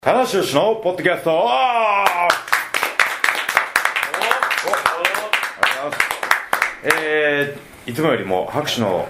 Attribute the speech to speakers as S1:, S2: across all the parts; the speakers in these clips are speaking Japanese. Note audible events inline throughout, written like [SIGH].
S1: 田中修のポッドキャストおーえーいつもよりも拍手の、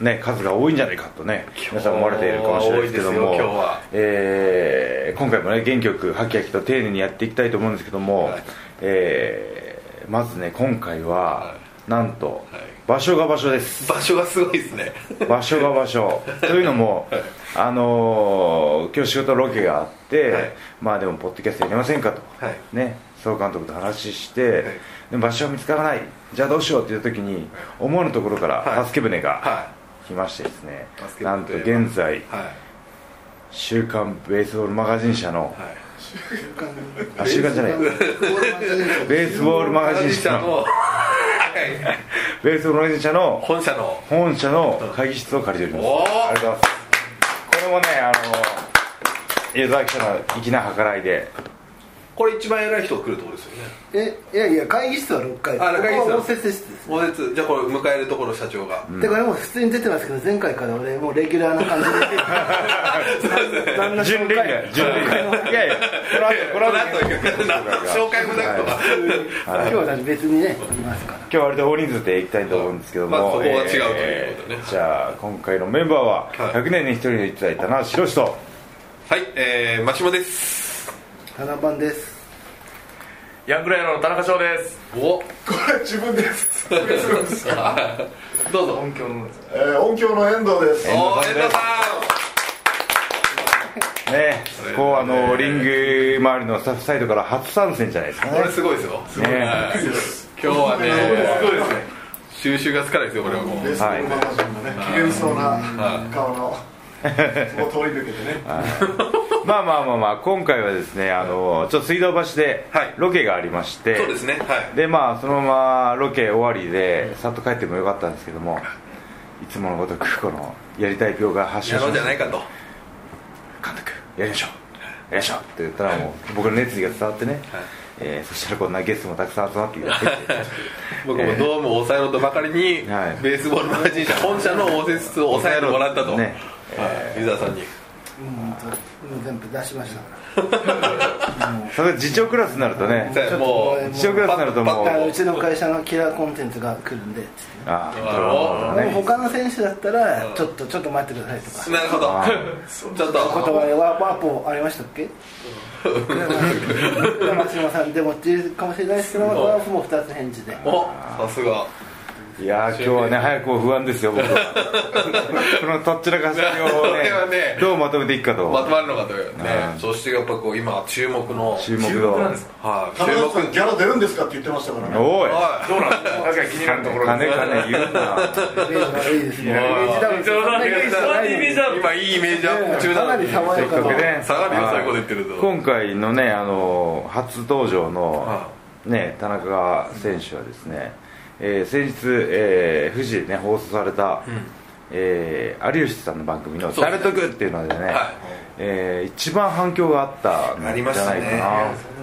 S1: ね、数が多いんじゃないかとね皆さん思われているかもしれないですけど
S2: 多
S1: も
S2: いですよ今日は
S1: えー今回もね元気よくはきはきと丁寧にやっていきたいと思うんですけども、
S2: はい
S1: えーまずね今回は、
S2: は
S1: なんと、
S2: はい
S1: 場所が場所です
S2: 場所がすごいですね
S1: 場所が場所というのも、あのー今日仕事ロケがあって、
S2: はい
S1: まあでもポッドキャストやりませんかと、
S2: はい
S1: ね総監督と話して、でも場所が見つからないじゃあどうしようって言った時に思わぬところか
S2: は
S1: ら
S2: い
S1: 助け舟が
S2: は
S1: 来ましてですね、
S2: 助け舟
S1: なんと現在
S2: いはい
S1: 「週刊ベースボールマガジン」社の
S2: はい
S1: あ週刊じゃないベースボールマガジン社
S2: マガ
S1: の
S2: のはい
S1: ベースボールマガジン社の
S2: 本社の
S1: 本社の会議室を借りております
S2: おー
S1: ありがとうございますこれもねあの湯沢記者の粋な計らいで
S2: これ一番偉い人が来るところですよね
S3: えいやいや会議室は6階
S2: あ会議室
S3: ここ
S2: は
S3: は応接室です
S2: お熱じゃあこれ迎えるところ社長が、
S3: てかでも普通に出てますけど前回から俺もうレギュラーな感じで旦那紹
S1: 準レギュラー
S3: 介
S1: 準レギュラーいやいやこれは後これ
S2: [LAUGHS]
S1: は後
S2: この後紹介もなくとか
S3: 今日はだって別にねいますから
S1: 今日は割と大人数で行きたいと思うんですけども、
S2: まあそこは違うということね
S1: えーじゃあ今回のメンバーは
S2: はい
S1: 100年に一人でいただいたな白石と
S2: はいえー、マシモです
S3: 花番です
S4: ヤングライダーの田中翔です。
S2: お
S5: これ自分です。
S2: どうぞ
S4: 音響の。
S5: えー音響の遠藤で
S1: 遠藤
S2: おー遠
S5: す。
S1: さん
S2: 藤
S1: です
S2: さ
S1: ねこうあのリング周りのスタッフサイドから初参戦じゃないですか
S2: んこ
S1: ね
S2: れすごいですよ
S1: ね
S2: 今日はね
S5: すごいです
S2: ね収集がつかないですよこれはも
S5: ベー
S2: う
S5: スボールマガジンのね、機嫌そうな顔の、もう通り抜けてね。
S1: まあまあまあまあ今回はですねあのちょっと水道橋で
S2: はい
S1: ロケがありまして、
S2: そうですねはい
S1: でまあそのままロケ終わりでさっと帰ってもよかったんですけどもいつものごとくこのやりたい病が発症
S2: や
S1: し
S2: ろう
S1: ま
S2: じ
S1: し
S2: ゃ
S1: た
S2: ないかと
S1: 監督やりましょうやりましょうって言ったらもう僕の熱意が伝わってね、えーそしたらこんなゲストもたくさん集まってきて
S2: 僕もドームを抑えろとばかりに、
S1: はい
S2: ベースボールマガジン社本社の応接室を抑えてもらったと、
S1: ね
S2: はい、湯沢さんに
S3: うん本当もう全部出しましたか
S1: それ次長クラスになるとね
S2: じゃあもう
S3: ちょっと
S1: 次長クラスになるともう
S3: らだからうちの会社のキラーコンテンツが来るんでつって
S1: あ
S2: あ
S1: あ
S2: の
S3: でも他の選手だったらちょっとちょっと待ってくださいとか
S2: なるほど
S1: あ
S2: ちょっ
S3: 言葉
S2: と
S3: ワワーポありましたっ
S2: [LAUGHS]
S3: け山島さんでもっていうかもしれないですけどワープも2つ返事で
S2: おさすが
S1: いやー今日はね早く不安ですよ
S2: [LAUGHS]
S1: 僕はこのとっちらかし
S2: これ
S1: を
S2: は
S1: ね
S2: ね
S1: どうまとめていくかと
S2: まとまるのかというね
S1: は
S2: そしてやっぱこう今注目の
S1: 注目
S4: 注目なんですか。
S2: はい
S5: 田
S2: 注
S5: 中
S2: 目
S5: さんギャラ出るんですかって言ってましたからね。
S1: おい
S2: は
S4: どうなんですか。確かに気になるところ
S1: 金
S4: です。
S1: 金言うな
S3: イメージ悪いですねイメージダウンです
S4: そんなイ
S3: イメージ
S4: メージじ
S3: じゃ
S4: ゃな
S3: ないい
S2: い今いいイ
S3: で
S4: イメージだ
S2: メージアップ中
S3: かな
S2: だ
S3: り爽
S1: せ
S3: や
S1: っ
S3: か
S1: かく
S3: な
S1: ね
S2: 下がりよ最後で言ってると
S1: 今回のねあの初登場の
S2: は、
S1: ね、田中選手はですね、えー先日、えー、富士で、ね、放送された、えー有吉さんの番組の「
S2: そうで
S1: 誰
S2: すね
S1: とく」っていうのでね、
S2: はい
S1: えー一番反響があった
S2: あ
S1: んじ
S2: り
S1: ゃ
S2: ました
S1: ないか
S2: ね
S1: な、
S4: ど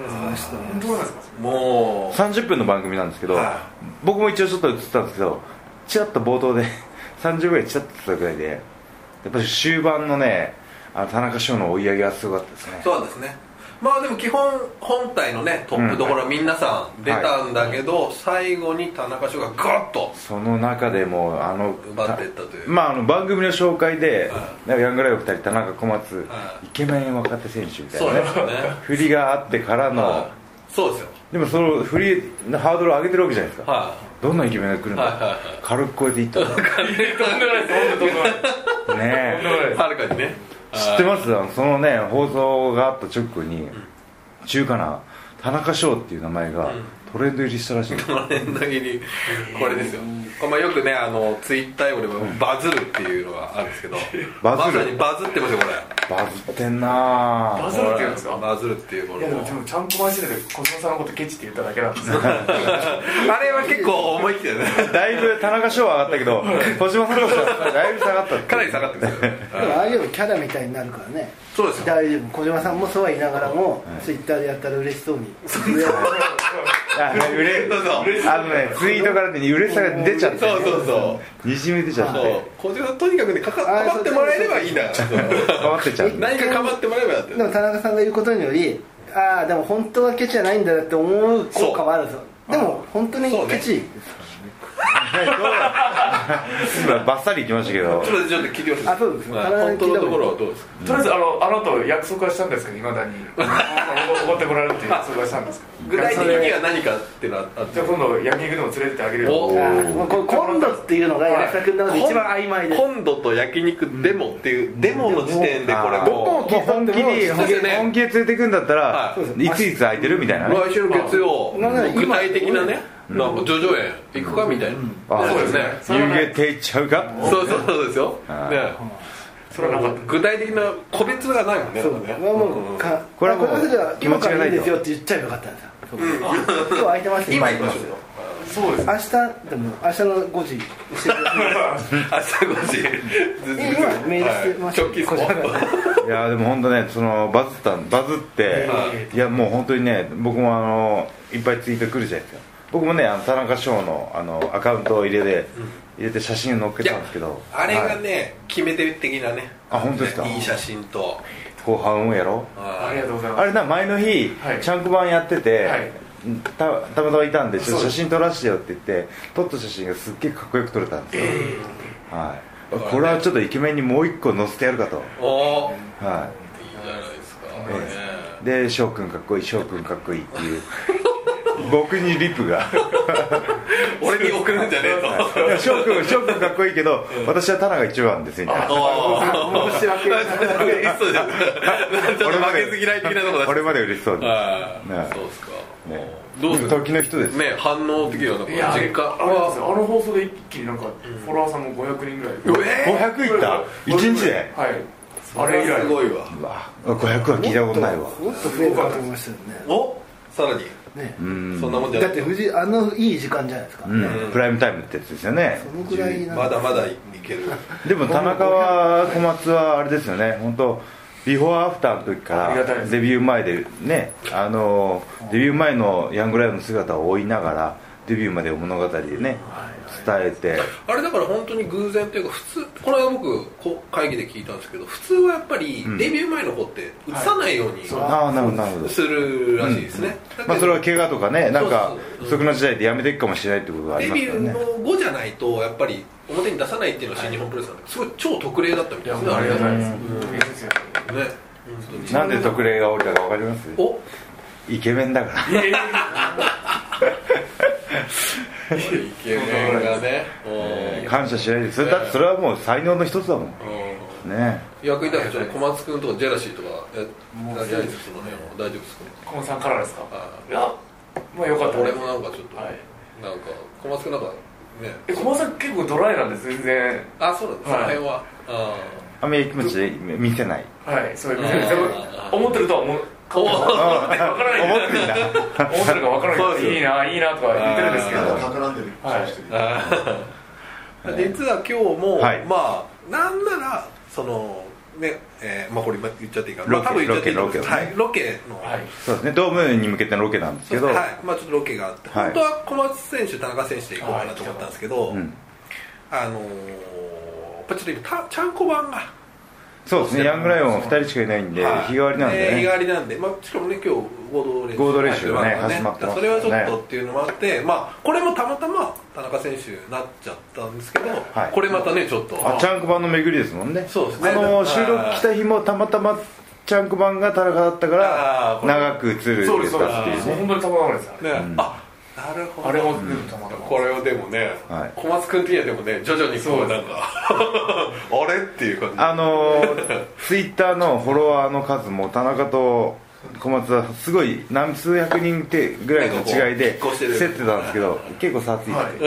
S4: うなんですか。
S2: もう
S1: 30分の番組なんですけど、
S2: はい
S1: 僕も一応ちょっと映ってたんですけどちらっと冒頭で [LAUGHS] 30ぐらいちらっと映ってたぐらいでやっぱり終盤のねあの田中翔の追い上げがすごかったですね
S2: そうですねまあでも基本本体のねトップどころは皆さん出たんだけど、最後に田中翔がガッと
S1: その中でもあの
S2: 奪っていったという
S1: まあ、あの番組の紹介で、
S2: は
S1: なんかヤングライオン2人田中小松、
S2: はい
S1: イケメン若手選手みたい
S2: そう
S1: な
S2: で
S1: ね
S2: すよね
S1: 振りがあってからの、
S2: はいそうですよ
S1: でもその振りのハードルを上げてるわけじゃないですか、
S2: は
S1: どんなイケメンが来るんだ、
S2: はいはいはい
S1: 軽く超えていった
S2: [LAUGHS]
S1: のね
S4: とんでもないです。とんでもないです。
S1: え
S2: いはるかにね
S1: 知ってますあのそのね放送があった直後に、中華な田中翔っていう名前がトレンド入りしたらしいんです
S2: この辺だけにこれですよ、まあ、よくねあのツイッターよりもバズるっていうのがあるんですけど
S1: バズる
S2: まさにバズってますよこれ
S1: バズってんな
S4: バ
S1: あ
S4: ズるって言うんですか。
S2: バズるっていうも
S4: いやでもで
S2: の
S4: もちゃんと真面目で小島さんのことケチって言っただけなんですよ。
S2: [LAUGHS] あれは結構思い切ってね
S1: だいぶ田中翔は上がったけど小島さんのことはだいぶ下がったっていう
S2: かなり下がってますよね
S3: でもああいうのキャラみたいになるからね
S2: そうですよ
S3: 大丈夫小島さんもそうは言いながらもツイッターでやったら嬉しそうに
S1: あうれ
S2: そうそう
S1: あのねツイートからねうれしさが出ちゃって
S2: そうそうそ
S1: にじみ出ちゃ
S2: う
S1: っ
S2: そう
S1: て
S2: 小島さんとにかくねかか
S3: あ
S2: かばってもらえればいいんだからそう
S1: 変わってちゃうんだ
S2: 何かかばってもらえばだって
S3: でも田中さんが言うことによりああでも本当はケチじゃないんだなって思う効果もあるんですよでも本当にケチ、
S1: 今バッサリいきましたけど
S2: ちょっとちょっと聞いてほしい
S3: あそうですね
S2: はい本当のところはどうですか
S4: とりあえずあのあなたは約束はしたんですけどいまだに怒ってこられるっていう約束はしたんですけ
S2: 具
S4: ど
S2: 体的には何かっていうのはあっ
S4: じ
S2: て
S4: ゃあ今度焼肉でも連れてってあげるよ
S2: お
S3: あーもうこれ今度っていうのが柳田君の中で一番曖昧です
S2: 今度と焼肉デモっていうデモの時点でこれ
S1: あー
S2: も
S1: もう本気に
S2: そう
S1: 本
S2: です
S1: 気
S2: よね
S1: 本気で連れてくんだったら、、
S2: はい
S1: ついつ空いてるみたいなね
S2: う来週の月曜
S3: なんなら今
S2: 具体的なねなんか叙々苑行くかみたいな
S1: あ
S2: そうですね
S1: 湯気ていっちゃうか
S2: そうそうそうですよ
S1: はい
S2: ね
S4: それはなかっ
S2: 具体的な個別がないもんね
S3: そう
S2: なんかね
S3: まあもうか
S1: これはもう
S3: あこれじゃあ
S1: 気持
S3: 今
S1: ち
S3: か
S1: がな
S3: ら
S1: い
S3: い
S1: と
S3: いですよって言っちゃえばよかったんですよ今日空いてますよ
S2: 今行きましょうよ
S4: たそうです
S3: 明日でも明日の5時
S2: [LAUGHS] 朝5時
S3: え今メールしてました
S2: はい直帰っすか
S3: こちらから
S1: いやでも本当ねそのバズったバズって、い、やもう本当にね僕もあのいっぱいツイート来るじゃないですか僕もねあの田中翔のあのアカウントを入れて、入れて写真を載っけたんですけど
S2: あれ
S1: は
S2: が
S1: い
S2: ね決め手的なね
S1: あ本当ですか
S2: いい写真と
S1: 後半をやろう
S4: あ
S2: あ
S4: りがとうございます
S1: あれな前の日、
S4: はい
S1: ちゃんこ版やってて、
S4: はい
S1: たたまたまいたんでちょっと
S4: そう
S1: 写
S4: です
S1: 真撮らせてよって言って撮った写真がすっげえかっこよく撮れたんですよ、はい、これはちょっとイケメンにもう一個載せてやるかと、
S2: おーいい
S1: は
S2: じゃないですかね
S1: い、で翔くんかっこいい翔くんかっこいいっていう僕にリプが
S2: 俺に送るんじゃねえと
S1: いや翔くん翔くんかっこいいけど私はタナが一番ですみたいな
S2: おー
S3: 申し訳ない
S2: そうじゃん [LAUGHS] ちょっと負けず嫌い的なとこだし
S1: これまで嬉しそうに、
S2: あ
S1: ね
S2: ーそうですか
S1: ね
S2: どうする
S1: 時の人です
S2: ね反応的にはなんか
S4: いやあれ
S2: 実家
S4: あれなんですよあの放送で一気になんかフォロワーさんも500人ぐらい
S2: え
S1: 500いった1日で
S4: はい
S2: ー
S4: あれ以来
S2: すごいわ
S1: うわ500は聞いたことないわ
S3: もっと増えるかと思いましたよね
S2: おさらに
S3: ね
S1: うん
S2: そんなもんじゃな
S3: だ
S2: い
S3: って藤井あのいい時間じゃないですか、
S1: うん、プライムタイムってやつですよね
S3: そのぐらいなん
S2: まだまだいける
S1: でも田中は小松はあれですよね本当ビフォーアフターの時か
S4: ありがたい
S1: ら
S4: です
S1: デビュー前でねあのデビュー前のヤングライオンの姿を追いながらデビューまでを物語でね伝えて
S2: あれだから本当に偶然というか普通この間僕こ会議で聞いたんですけど普通はやっぱりデビュー前の子って映さないようにす
S1: ああなるほどなるほど
S2: るらしいですねだけど
S1: まあそれは怪我とかねなんか
S2: そうそうそううん
S1: 不足の時代でやめていくかもしれないってことがあり
S2: デ
S1: ます
S2: ビ
S1: か
S2: ュ
S1: らね
S2: ーの後じゃないとやっぱり表に出さないっていうのは新日本プロレスなんですごい超特例だったみ
S4: い
S2: たい
S4: や
S2: です
S4: もう
S2: ね
S4: ありがた
S2: ね
S4: いですいいですよ
S2: 本当
S1: な
S2: に
S1: んで特例が降りたか分かります
S2: お
S1: イケメンだから
S4: いやいやい
S2: イケメンがねおー
S1: 感謝しないでそれだってそれはもう才能の一つだもん
S2: おー
S1: ね
S2: 役に立つちょっと小松君とかジェラシーとかややりたいですその辺は大丈夫ですか
S4: や小松さんからですか
S2: あ
S4: いやまあよかった
S2: ー
S4: です
S2: 俺もなんかちょっと、
S4: はい
S2: なんか小松君なんかね
S4: え小松さん結構ドライなんです全然
S2: あそうなんです、
S4: はい
S2: その辺はあ
S1: あんまり気持ちで見せない
S4: はいそういう
S2: あー
S4: 思ってるとは思う顔が分からない
S1: 思って
S2: [LAUGHS]
S1: んだ
S4: 思ってるか分から
S2: そう
S4: な
S2: で
S4: い
S2: すよ
S4: いいないいなとか言ってるんですけど
S5: なんか企んでる顔して
S2: ー
S5: る
S2: あー [LAUGHS] 実は今日も、
S1: はい
S2: まあなんならそのねえーまあこれ今言っちゃっていいかな
S1: ロケ
S2: まあ多分言っちゃっていいと思います
S1: ロケロケ
S2: はい、ロケの、
S4: はい
S1: そうですねドームに向けてのロケなんですけど、
S2: はいまあ、ちょっとロケがあって、
S1: はい
S2: 本当は小松選手田中選手で行こうかなと思ったんですけど、
S1: うん、
S2: あのー、やっぱちょっと今たちゃんこ版が
S1: そうですねヤングライオンは2人しかいないんで、
S2: はい
S1: 日替わりなんで
S2: えー日
S1: ね、
S2: 替わりなんで、まあ、しかもね今日合同練習
S1: 合同練習がね
S2: はい
S1: 始まってます
S2: そ
S1: ね
S2: れはちょっとっていうのもあって、まあ、これもたまたま田中選手になっちゃったんですけど、
S1: はい
S2: これまたねちょっと
S1: あチャンク版の巡りですもんね
S2: そうですね
S1: あの収録来た日もたまたまチャンク版が田中だったか
S2: あー
S1: ら
S2: これ
S1: 長く映るって言
S4: そう
S1: っ
S4: ですそうで
S1: たっていう
S4: す
S1: ね
S4: 本当にたまたまです
S2: ね、あなるほど
S4: あれも全部たまたま
S2: これをでもね、
S1: はい
S2: 小松君的にはでもね徐々にこ
S4: そうう
S2: なんか [LAUGHS] あれっていう感じ
S1: あ [LAUGHS] のツイッター Twitter のフォロワーの数も田中と小松はすごい何数百人ってぐらいの違いで
S2: なんかこう拮抗してる
S1: 競ってたんですけど結構差ついてはい、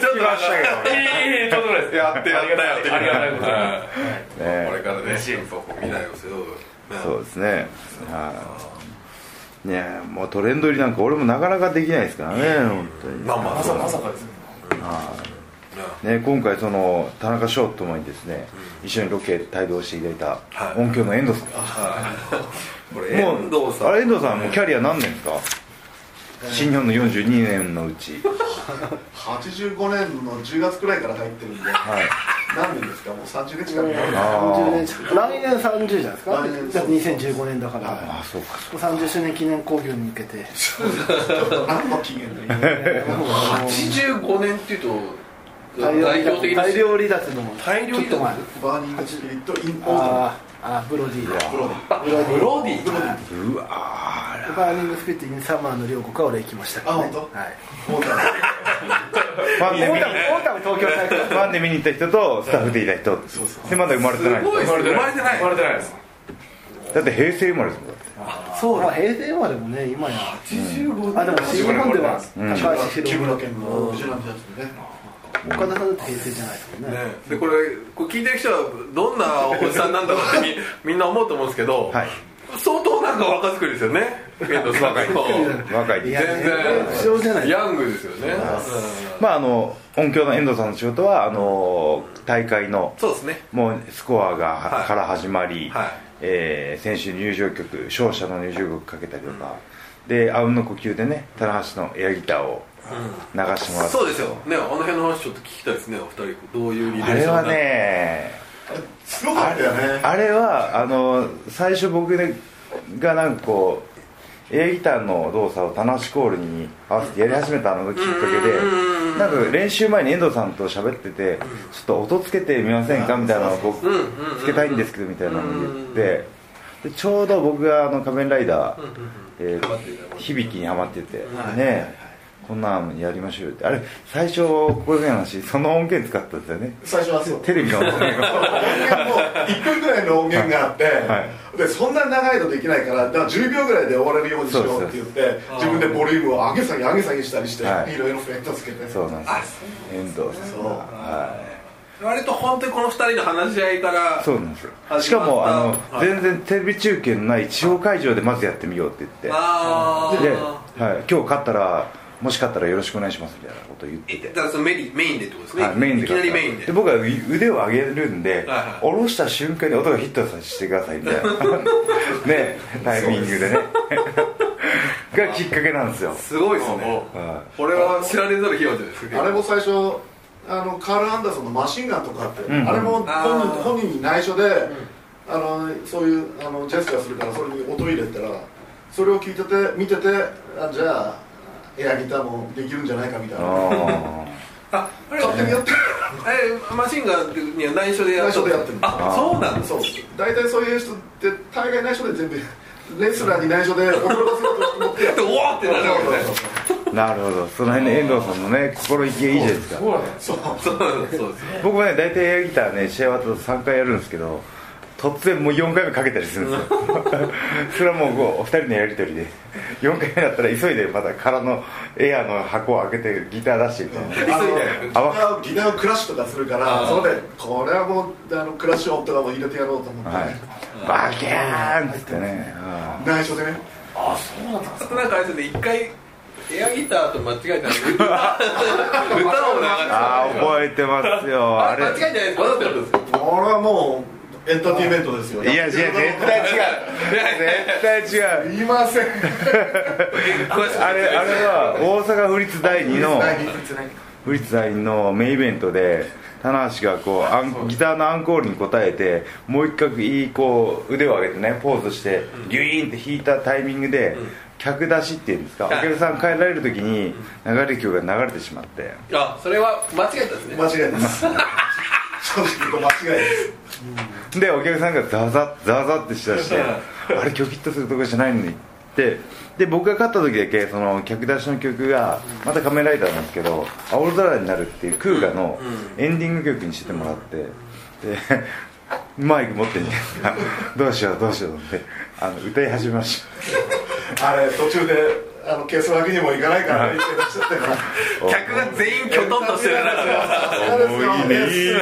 S2: ちょっと
S1: 来ましたけどね
S4: いい [LAUGHS] とんでもないです
S2: やってやったよって
S4: ありがたいことです
S2: はい
S1: ね
S2: これからね
S4: 嬉しい
S2: やっぱこう未来を背負う、ね
S1: そうですねはいねえもうトレンド入りなんか俺もなかなかできないですからね本当に
S2: まあまあ
S4: ま
S2: そ
S4: さ
S2: うだ
S4: ま
S2: ね
S4: さかですね
S2: うん
S1: ね、今回その田中翔ともにですね、一緒にロケ帯同していただいた音響の遠藤さん、
S2: これ遠藤さ
S1: あ
S2: ん
S1: れ遠藤さんもうキャリア何年ですか、新日本の42年のうち
S5: 85年の10月くらいから入ってるんで
S1: はい
S5: 何年ですかもう30年近く
S1: あ
S3: 30年近く来年30じゃないですか
S5: 来年
S3: だって2015年だから、
S1: ああそうか
S3: 30周年記念興行に向
S2: [LAUGHS]
S3: けて
S5: ちょっと何の期限で
S2: 85年っていうと
S3: 大量
S2: 代表
S3: 離脱
S2: 的で
S3: 大
S2: すよ
S3: 量離脱のも
S2: 大量離脱
S3: ちょっと前
S5: バーニングスピリットインポーズ
S3: あーあーブロディー
S5: ブロディ
S2: ブロディ
S5: ブロディ
S1: うわ
S3: バーニングスピリットインサマーの両国は俺行きましたから、ね、
S5: あ本当
S3: はい
S5: モータ
S1: ーファン
S3: オ
S1: で見
S3: ー
S1: に
S3: タムオータム東京大会
S1: ファンで見に行った人とスタッフでいた人でまだ生まれてない
S2: すごいですね生まれてない
S4: 生まれてないです
S1: だって平成生まれですもんだって
S3: そうまあ平成までもね今や
S2: 85
S3: あでも新日本では
S1: うん
S3: 高橋
S5: ー木
S3: 宏
S5: 村
S3: 岡
S5: 県の藤波ジャズね
S3: 田さんだって平成じゃないですもんね
S2: ね、でこれこれ聞いてる人はどんなおじさんなんだろうってみ [LAUGHS] んな思うと思うんですけど、
S1: はい
S2: 相当なんか若作りですよね遠藤さん
S1: 若い若い
S3: い
S1: で
S3: や
S1: す
S2: 全
S3: 不祥じゃない
S2: 然ヤングですよね、うん
S1: まああの音響の遠藤さんの仕事はあの大会の
S2: そうですね
S1: もうスコアが、
S2: はい
S1: から始まり、
S2: はい
S1: えー選手入場曲勝者の入場曲かけたりとか、であうんの呼吸でね棚橋のエアギターを流してもらって、
S2: そうですよねあの辺の話ちょっと聞きたいですねお二人どういうリレーション
S1: あれは
S2: になる
S1: ね
S5: すごかったよね
S1: あれはあの最初僕がなんかこうエアギターの動作をタナシコールに合わせてやり始めたのがきっかけでなんか練習前に遠藤さんと喋ってて「ちょっと音つけてみませんか?」みたいなのを僕つけたいんですけどみたいなのを言ってでちょうど僕があの仮面ライダーえー響きにはまっててねこんなんやりましょうよってあれ最初ここでの話その音源使ったんですよね
S5: 最初はそう
S1: テレビの音源
S5: 音源も1分ぐらいの音源があって、
S1: い
S5: でそんなに長いのできないからだから10秒ぐらいで終われるようにしようって言って自分でボリュームを上げ下げ上げ下げしたりして、
S1: はい
S5: い、ろいろフェットつけて
S1: そうなんです遠藤さん
S5: そう
S1: は
S2: 割と本当にこの二人の話し合いから
S1: いそうなんですよ
S2: 始まった
S1: しかもあの
S2: はい
S1: 全然テレビ中継のない地方会場でまずやってみようって言って
S2: あ
S1: で、
S2: あ
S1: はい、今日勝ったらもし勝ったらよろしくお願いしますみたいなことを言ってて
S2: だからそのメリメインでってことですね、
S1: はい、メインで
S2: いきなりメイン
S1: で
S2: で
S1: 僕は腕を上げるんで、
S2: はい
S1: 下ろした瞬間に音がヒットさせてくださいみ
S2: [LAUGHS]
S1: たいなねタイミングでねがきっかけなんですよ
S2: すごいですね
S1: は
S2: これは知られざるヒーローじゃないですか
S5: あれも最初あのカール・アンダーソンのマシンガンとかあって、
S1: ん
S5: あれも本
S2: あ
S5: 人
S2: ー
S5: 本人に内緒で、あのそういうあのジェスチャーするからそれに音入れたらそれを聞いてて見ててあじゃあエアギターもできるんじゃないかみたいな
S1: あ
S2: ああれ
S5: 勝手にやってる
S2: えマシンガンには内緒でや
S5: 内緒でやってる
S2: あそうなんです
S5: そう大体そういう人って大概内緒で全部レスラーに内緒で踊らせようと思っ
S1: [LAUGHS]
S5: てや
S2: でおおってなるわけね
S1: ーなるほどその辺の遠藤さんのね心意気がいいじゃないですか
S4: そうなんです
S5: そうそう
S2: そうなんですそうですよ
S1: 僕もね大体エアギターね試合終わったと3回やるんですけど突然もう4回目かけたりするん [LAUGHS] ですよそれはもうこうお二人のやり取りで4回目だったら急いでまた空のエアの箱を開けてギター出してみたいな
S5: あのギタ
S1: 泡
S5: ーをギターをクラッシュとかするからそれでこれはもうあのクラッシュ音とかも入れてやろうと思って、
S1: はいバキャーンっつってねあ
S5: 内緒でね
S2: そんなんかあれですね一回エアギターと間違えたんで歌歌を流して
S1: あー覚えてますよあ
S2: あ
S1: れ
S2: れ間違えてないですわざとやるんですよ
S5: これはもうエンターテインメントですよ
S1: いや違う絶対違う絶対違う
S5: 言いません
S2: 詳しく
S1: あれあれは大阪府立第2の
S5: ない別にない
S1: フリッツ大のメインイベントで棚橋がこうアンギターのアンコールに応えてもう一回いいこう腕を上げてねポーズしてギュイーンって弾いたタイミングで客出しっていうんですかお
S2: はい
S1: 客さん帰られる時に流れる曲が流れてしまって
S2: あそれは間違えたんですね
S5: 間違いです正直これ間違いです
S1: でお客さんがザワザッザワザッってしだして
S3: [LAUGHS]
S1: あれ曲ヒットするとこじゃないのにってで僕が勝った時だけその客出しの曲がまた仮面ライダーなんですけど「青空になる」っていうクーガのエンディング曲にしてもらってで [LAUGHS] マイク持ってんじゃないですか [LAUGHS] どうしようどうしようと思ってあの歌い始めまし
S5: あれ途中であの消すわけにもいかないから言ってらっしゃったから
S1: た
S2: 客が全員きょとんとしてるな
S1: [LAUGHS] 思いに
S3: [LAUGHS]
S1: の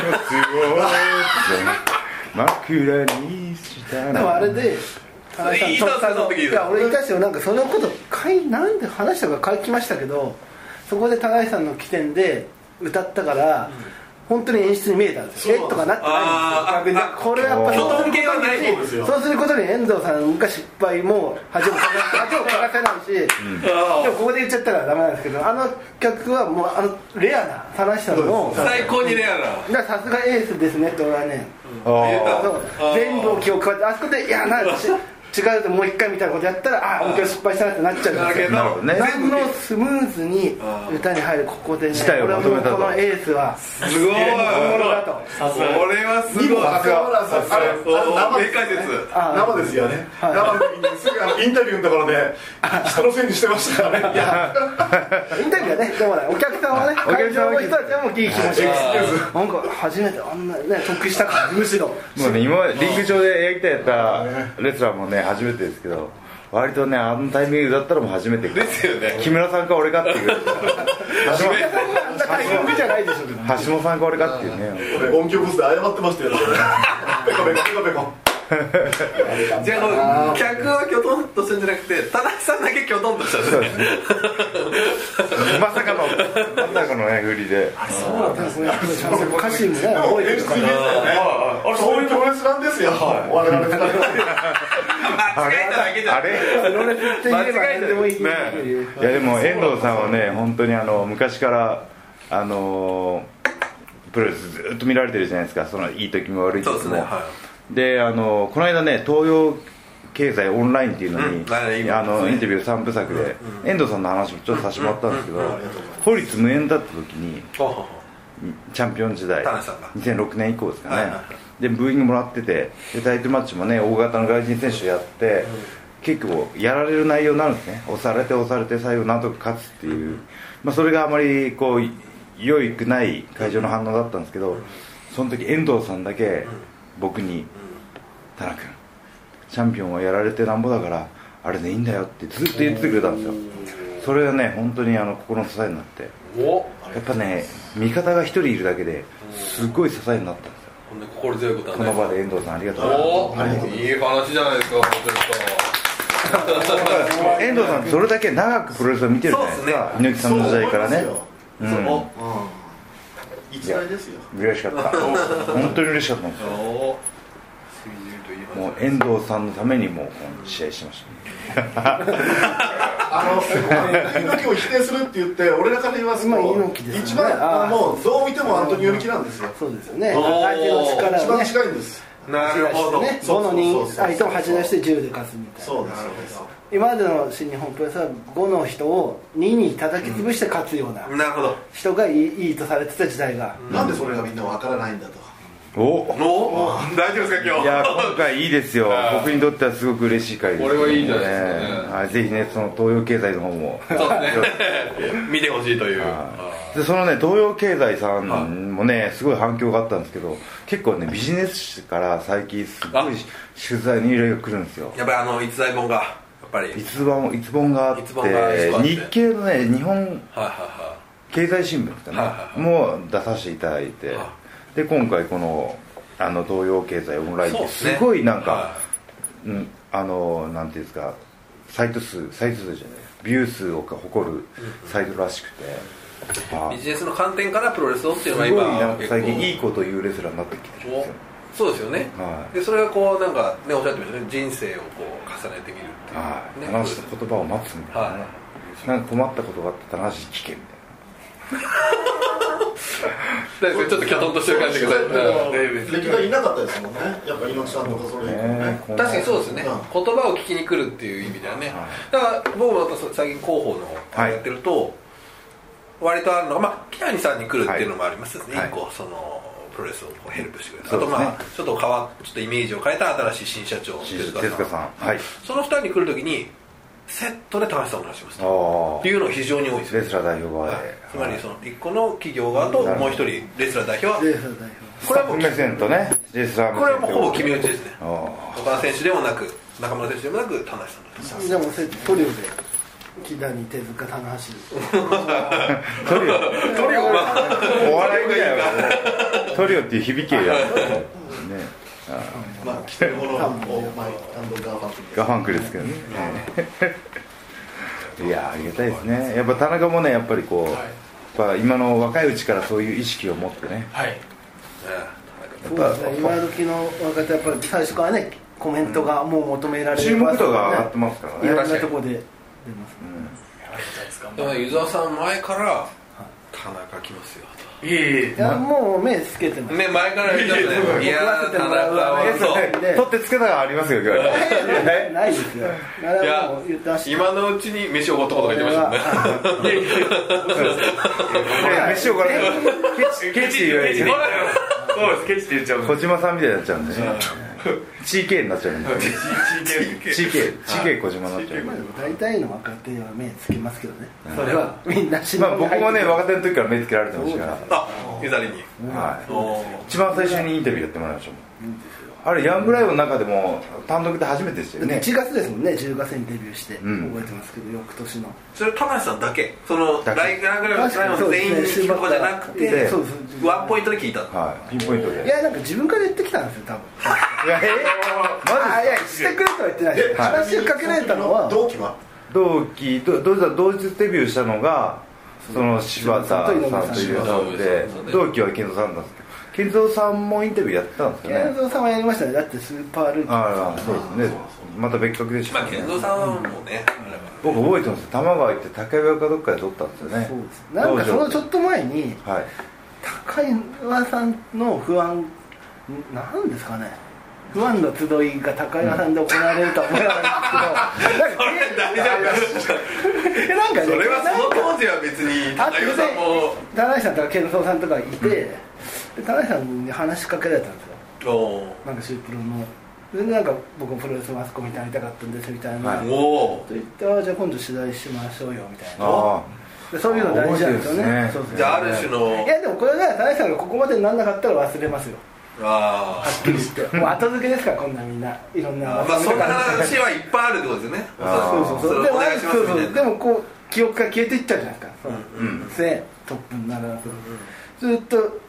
S1: 枕にした
S3: でもあれで
S2: それ言い出すの時
S3: いや俺言い出すよなんかそのことかいなんで話したか書きましたけどそこで高橋さんの起点で歌ったから、本当に演出に見えたんですよ
S5: そう
S3: 絵とかなってないんですよ
S2: あーあ
S3: 逆にこれはやっぱ
S1: あ
S3: そう
S2: 巨頭系はない
S5: そうですよ
S3: そうすることに遠藤さんが失敗も恥
S2: [LAUGHS]
S3: をかか恥をかかせないし、でもここで言っちゃったらダメなんですけどあの曲はもうあのレアな話したのを
S5: そうです
S2: 最高にレアな
S3: だからさすがエースですねって俺はね
S2: あ
S1: あ
S3: そう
S2: あ
S3: 全部を記憶変えてあそこでいやなんかし違うともう一回みたいなことやったらああもう一回失敗したなってなっちゃうん
S2: だ
S3: です
S2: け
S3: よ
S1: なるほ
S2: ど
S1: どね
S3: 何のスムーズに歌に入るここでね
S1: 事態を
S3: 俺
S1: ま
S3: は
S1: と
S3: も
S1: め
S3: う
S1: たと
S3: このエースは
S2: すごい
S3: 本物だと
S2: これはすごい
S5: にもかかわらずあれあ
S2: お
S5: の
S2: 名解説
S3: あ
S5: 生ですよね生の時にすぐあのインタビューのところで人のせいにしてましたからねいや
S3: インタビューはねでもねお客さんはね
S1: お客
S3: 会
S1: さんは
S3: 場の
S1: 聞い
S3: 人
S1: て
S3: たちはもういい気持ちですなんか初めてあんなね得したからむしろ
S1: もうね今まで陸上でやりたいやったレスラーもね初めてですけど割とねあのタイミングだったらもう初めて
S2: ですよね
S1: 木村さんか俺かっていう橋本
S3: そんなあんなタイミングじゃないでしょ
S1: 橋本さんか俺かっていうね
S5: 俺音響ブースで謝ってましたよペコペコペコペコ
S2: じゃあこの客はきょとんとしてんじゃなくて田中さんだけきょとんとしたんです
S1: そう
S2: ね
S1: ですねまさかのまさかのね振りで
S3: そうだったんですね歌詞もね
S5: でも
S3: 覚えて
S5: 演
S3: る
S5: 出
S3: か
S5: に見え
S3: ら
S5: たよね
S4: あれ
S5: そ
S4: そうう
S5: い
S4: いうう
S5: プ
S4: とこ
S5: ロレスなんですよ我々二人
S2: 間違えただけじゃ
S1: あ
S2: ん
S1: れ
S3: ロレスって言えば何でもいいっていう
S1: いやでも遠藤さんはね本当にあの昔からあのプロレスずっと見られてるじゃないですかそのいい時も悪い時
S2: そう
S1: も
S2: ですねは
S1: であのこの間ね東洋経済オンラインっていうのに、
S2: うんあれ今
S1: あの
S2: ね
S1: インタビュー3部作で、遠藤さんの話もちょっとさせてもらったんですけど、法律無縁だった時にチャンピオン時代
S2: 田中さんが
S1: 2006年以降ですかね、
S2: はいはいは
S1: でブーイングもらっててでタイトルマッチもね大型の外人選手とやって、結構やられる内容になるんですね押されて押されて最後なんとか勝つっていう、まあ、それがあまりこう良くない会場の反応だったんですけどその時遠藤さんだけ僕に「田中君チャンピオンはやられてなんぼだからあれでいいんだよ」ってずっと言っててくれたんですよそれがね本当にあの心の支えになって
S2: お
S1: やっぱね味方が一人いるだけですごい支えになったんですよ
S2: ほんで心強いことは
S1: こ
S2: ね
S1: の場で遠藤さんありがとう
S2: お
S1: ございます
S2: いい話じゃないですか本
S1: 遠藤さんそれだけ長くプロレスを見てるじゃないですか猪木さんの時代からね
S5: そう思いますよそううん逸材ですよ
S1: 嬉しかった本当に嬉しかったんです
S2: 当
S1: よ
S2: におおしみじみといい話
S1: もう遠藤さんのためにもう試合しました
S5: あの猪木を否定するって言って俺らから言わす
S3: まあ
S5: と
S3: 猪木ですね
S5: 一番
S3: あー
S5: もうどう見てもアントニオ猪木なんですよ
S3: そうですよね
S2: おー
S3: 相手の力
S5: 一
S3: を
S5: 番
S3: ね
S5: 近いんです
S2: なるほど
S3: ね
S5: そうそうそうそう
S3: 5の人相手を8出して10で勝つみたいな
S5: そうですそうです
S3: 今までの新日本プロレスは5の人を2に叩き潰して勝つような
S2: なるほど
S3: 人がいいいいとされてた時代が
S5: なんでそれがみんなわからないんだと
S1: お
S2: お大丈夫ですか今
S1: い
S2: 日
S1: や今回いいですよ
S2: あー
S1: 僕にとってはすごく嬉しい回です
S2: これはいいじゃないですかね
S1: ねはいぜひねその東洋経済の方も
S2: そうですね見てほしいという
S1: でそのね東洋経済さんもねすごい反響があったんですけど結構ねビジネス誌から最近すごい取材の依頼が来るんですよ
S2: やっぱりあの逸材本がやっぱりはい
S1: 逸本逸本があって
S2: 逸本があって
S1: 日経のね日本
S2: はいは
S1: 経済新聞ですかね、
S2: はいはい
S1: もう出させていただいて、
S2: は
S1: で今回このあの東洋経済オンラインっ
S2: そう
S1: て
S2: ですね
S1: すごいなんか、
S2: は
S1: うん、あのなんていうんですかサイト数サイト数じゃないビュー数を誇るサイトらしくて、あ
S2: いビジネスの観点からプロレスをって
S1: す
S2: いう
S1: ごい
S2: の
S1: な
S2: が
S1: んか
S2: 今
S1: 最近いい
S2: 結
S1: こと言うレスラーになってきてるんです
S2: 構
S1: よ
S2: そうですよね
S1: はい
S2: でそれがこうなんかねおっしゃってましたね人生をこう重ねてみるっていう
S1: はい、
S2: ね
S1: 棚橋の言葉を待つみたいなね、
S2: は
S1: なんか困ったことがあったら棚橋に聞けみたい
S2: 大丈夫ですちょっとキャトンとしてる感じが
S5: そう
S2: うん
S5: ですね歴代いなかったですもんねやっぱ猪木さんとかそれ以降
S1: な
S5: ね
S1: ねこんな
S2: 確かにそうですね、
S5: う
S2: 言
S5: ん
S2: 葉を聞きに来るっていう意味ではね、だから僕もまた最近広報の方
S1: はい
S2: やってると、割とあるのが、まあ、木谷さんに来るっていうのもありますね、
S1: はい
S2: 一個そのプロレスをこうヘルプしてくれる、
S1: そう
S2: あ
S1: で
S2: と
S1: すね
S2: まあちょっと変わちょっとイメージを変えた新しい新社長手
S1: 新
S2: 塚
S1: 手
S2: さん
S1: 塚さんはい
S2: その二人に来るときにセットで田橋さんお願いしますと
S1: あ
S2: いうのが非常に多いです
S1: レスラー代表側で、
S2: はいつまりその一個の企業側と
S1: なるほ
S2: もう
S1: ど
S2: 一人レスラー代表は
S3: レースの代
S1: こ
S2: こ
S1: れ
S2: れ
S1: はも
S2: はも
S1: う
S2: う
S1: 目線とねレスラー
S2: これはもうほぼ決め打
S1: 打
S2: ちですね
S1: あ
S2: 岡田選手でもなく中村選手でもなく田橋さんです
S3: 表でもそれトリオで木谷手塚棚橋
S1: あトリオ
S2: トリオが
S1: [LAUGHS] お笑いみたいなトリオっていう響きをやってね
S5: まあ着てるものをマイアンドガーファンクみたいな
S1: ガファンクですけどねいやありがたいですねやっぱ田中もねやっぱりこう、ぱ今の若いうちからそういう意識を持ってね
S2: はい
S3: そうですね今時の若手はやっぱり最初からねコメントがもう求められ
S1: 注
S3: る
S1: 目度が上がってますから
S3: い
S1: ね
S3: ろんなところで出ます
S2: でも湯沢さん前から「田中来ますよ」
S4: いえいえ
S3: いやもう目つけてま
S2: と
S3: す
S2: ね前から言ってました
S3: 僕
S2: よいや
S3: 食わ
S2: ー
S3: せ
S2: 田
S3: てもら
S2: 中
S3: うわ
S2: はそう
S3: ねで
S1: 取ってつけたがありますよ今日え
S3: ないですよあ
S2: い
S3: れは
S2: や
S3: もう言ってました
S2: 今のうちに飯をおごったことか言ってましたもんね
S1: ね飯をからケチケチ言われてね
S4: そうですケチって言っちゃうん
S1: 小
S4: です
S1: 島さんみたいになっちゃうんでね CK になっちゃうんで CK CK 小島になっちゃうんで
S3: 大体の若手は目つけますけどねそれはみんなし
S1: まあ僕もね
S3: 分か
S1: 若手の時から目つけられてましたか
S2: あ湯沢に
S1: らはい
S2: おー
S1: 一番最初にインタビューやってもらいましょうあれヤングライオンの中でも単独で初めてでしたよね
S3: 1月ですもんね10月にデビューして覚
S1: ん
S3: えてますけど翌年の
S2: それ田中さんだけその
S1: だけ
S2: ライガーグライオン
S3: そう
S2: の
S3: で
S2: 全員に
S3: すね
S2: 聞くことじゃなく
S1: で
S2: て
S3: そうです
S2: ワンポイントで聞いたの
S1: はいピンポイントで
S3: いやなんか自分から言ってきたんですよ多分
S1: [LAUGHS] いやえ
S3: あ
S1: マ
S3: い
S1: ジで
S3: やしてくれとは言ってないです
S5: え
S3: 話をかけられたのは
S5: 同期は
S1: 同期と同時同日デビューしたのがその柴田さんと井上さんで同期は健三さんなんですけど健三さんもインタビューやってたんですよ
S3: 健
S1: ね
S3: 三さんはやりましたねだってスーパールーキー
S1: ああそうですねまた別格でした
S2: まあ
S1: よね
S2: 健三さんはもうね
S1: 僕覚えてますよ玉川行って竹部屋かどっかで撮ったんですよね
S3: そうですなんかそのちょっと前に
S1: とはい
S3: 高岩さんの不安んなんですかね不安の集いが高岩さんで行われるとは思わないんですけど、
S2: 大丈夫
S3: えなんかね
S2: それはその当時は別に
S3: あ
S2: 田
S3: って
S2: 中さんも
S3: 田中さんとか健三さんとかいて、で田中さんに話しかけられたんですよ
S2: お
S3: なんかシュープロのそれでなんか僕もプロレスマスコミになりたかったんですみたいな、
S1: はい
S2: ーお
S3: と言ってあじゃあ今度取材しましょうよみたいな
S1: あ
S3: でそういうの大事なんです
S1: 覚えてるんで
S3: よね
S1: すね
S3: そうそう
S2: ーじゃあある種の
S3: いやでもこれが田中さんがここまでにならなかったら忘れますよ
S2: あ
S3: はっきり言ってもう後付けですからこんなみんないろんな
S2: ーまあそんな話はいっぱいあるってことですよね
S1: あー
S3: そう
S2: そ
S3: そうそ
S2: れ
S3: うで
S2: お
S3: も
S2: 願いしますみた
S3: そうそ
S2: いうな
S3: でもこう記憶が消えていっちゃうじゃないですか、
S1: うん
S3: でトップにならなくずっと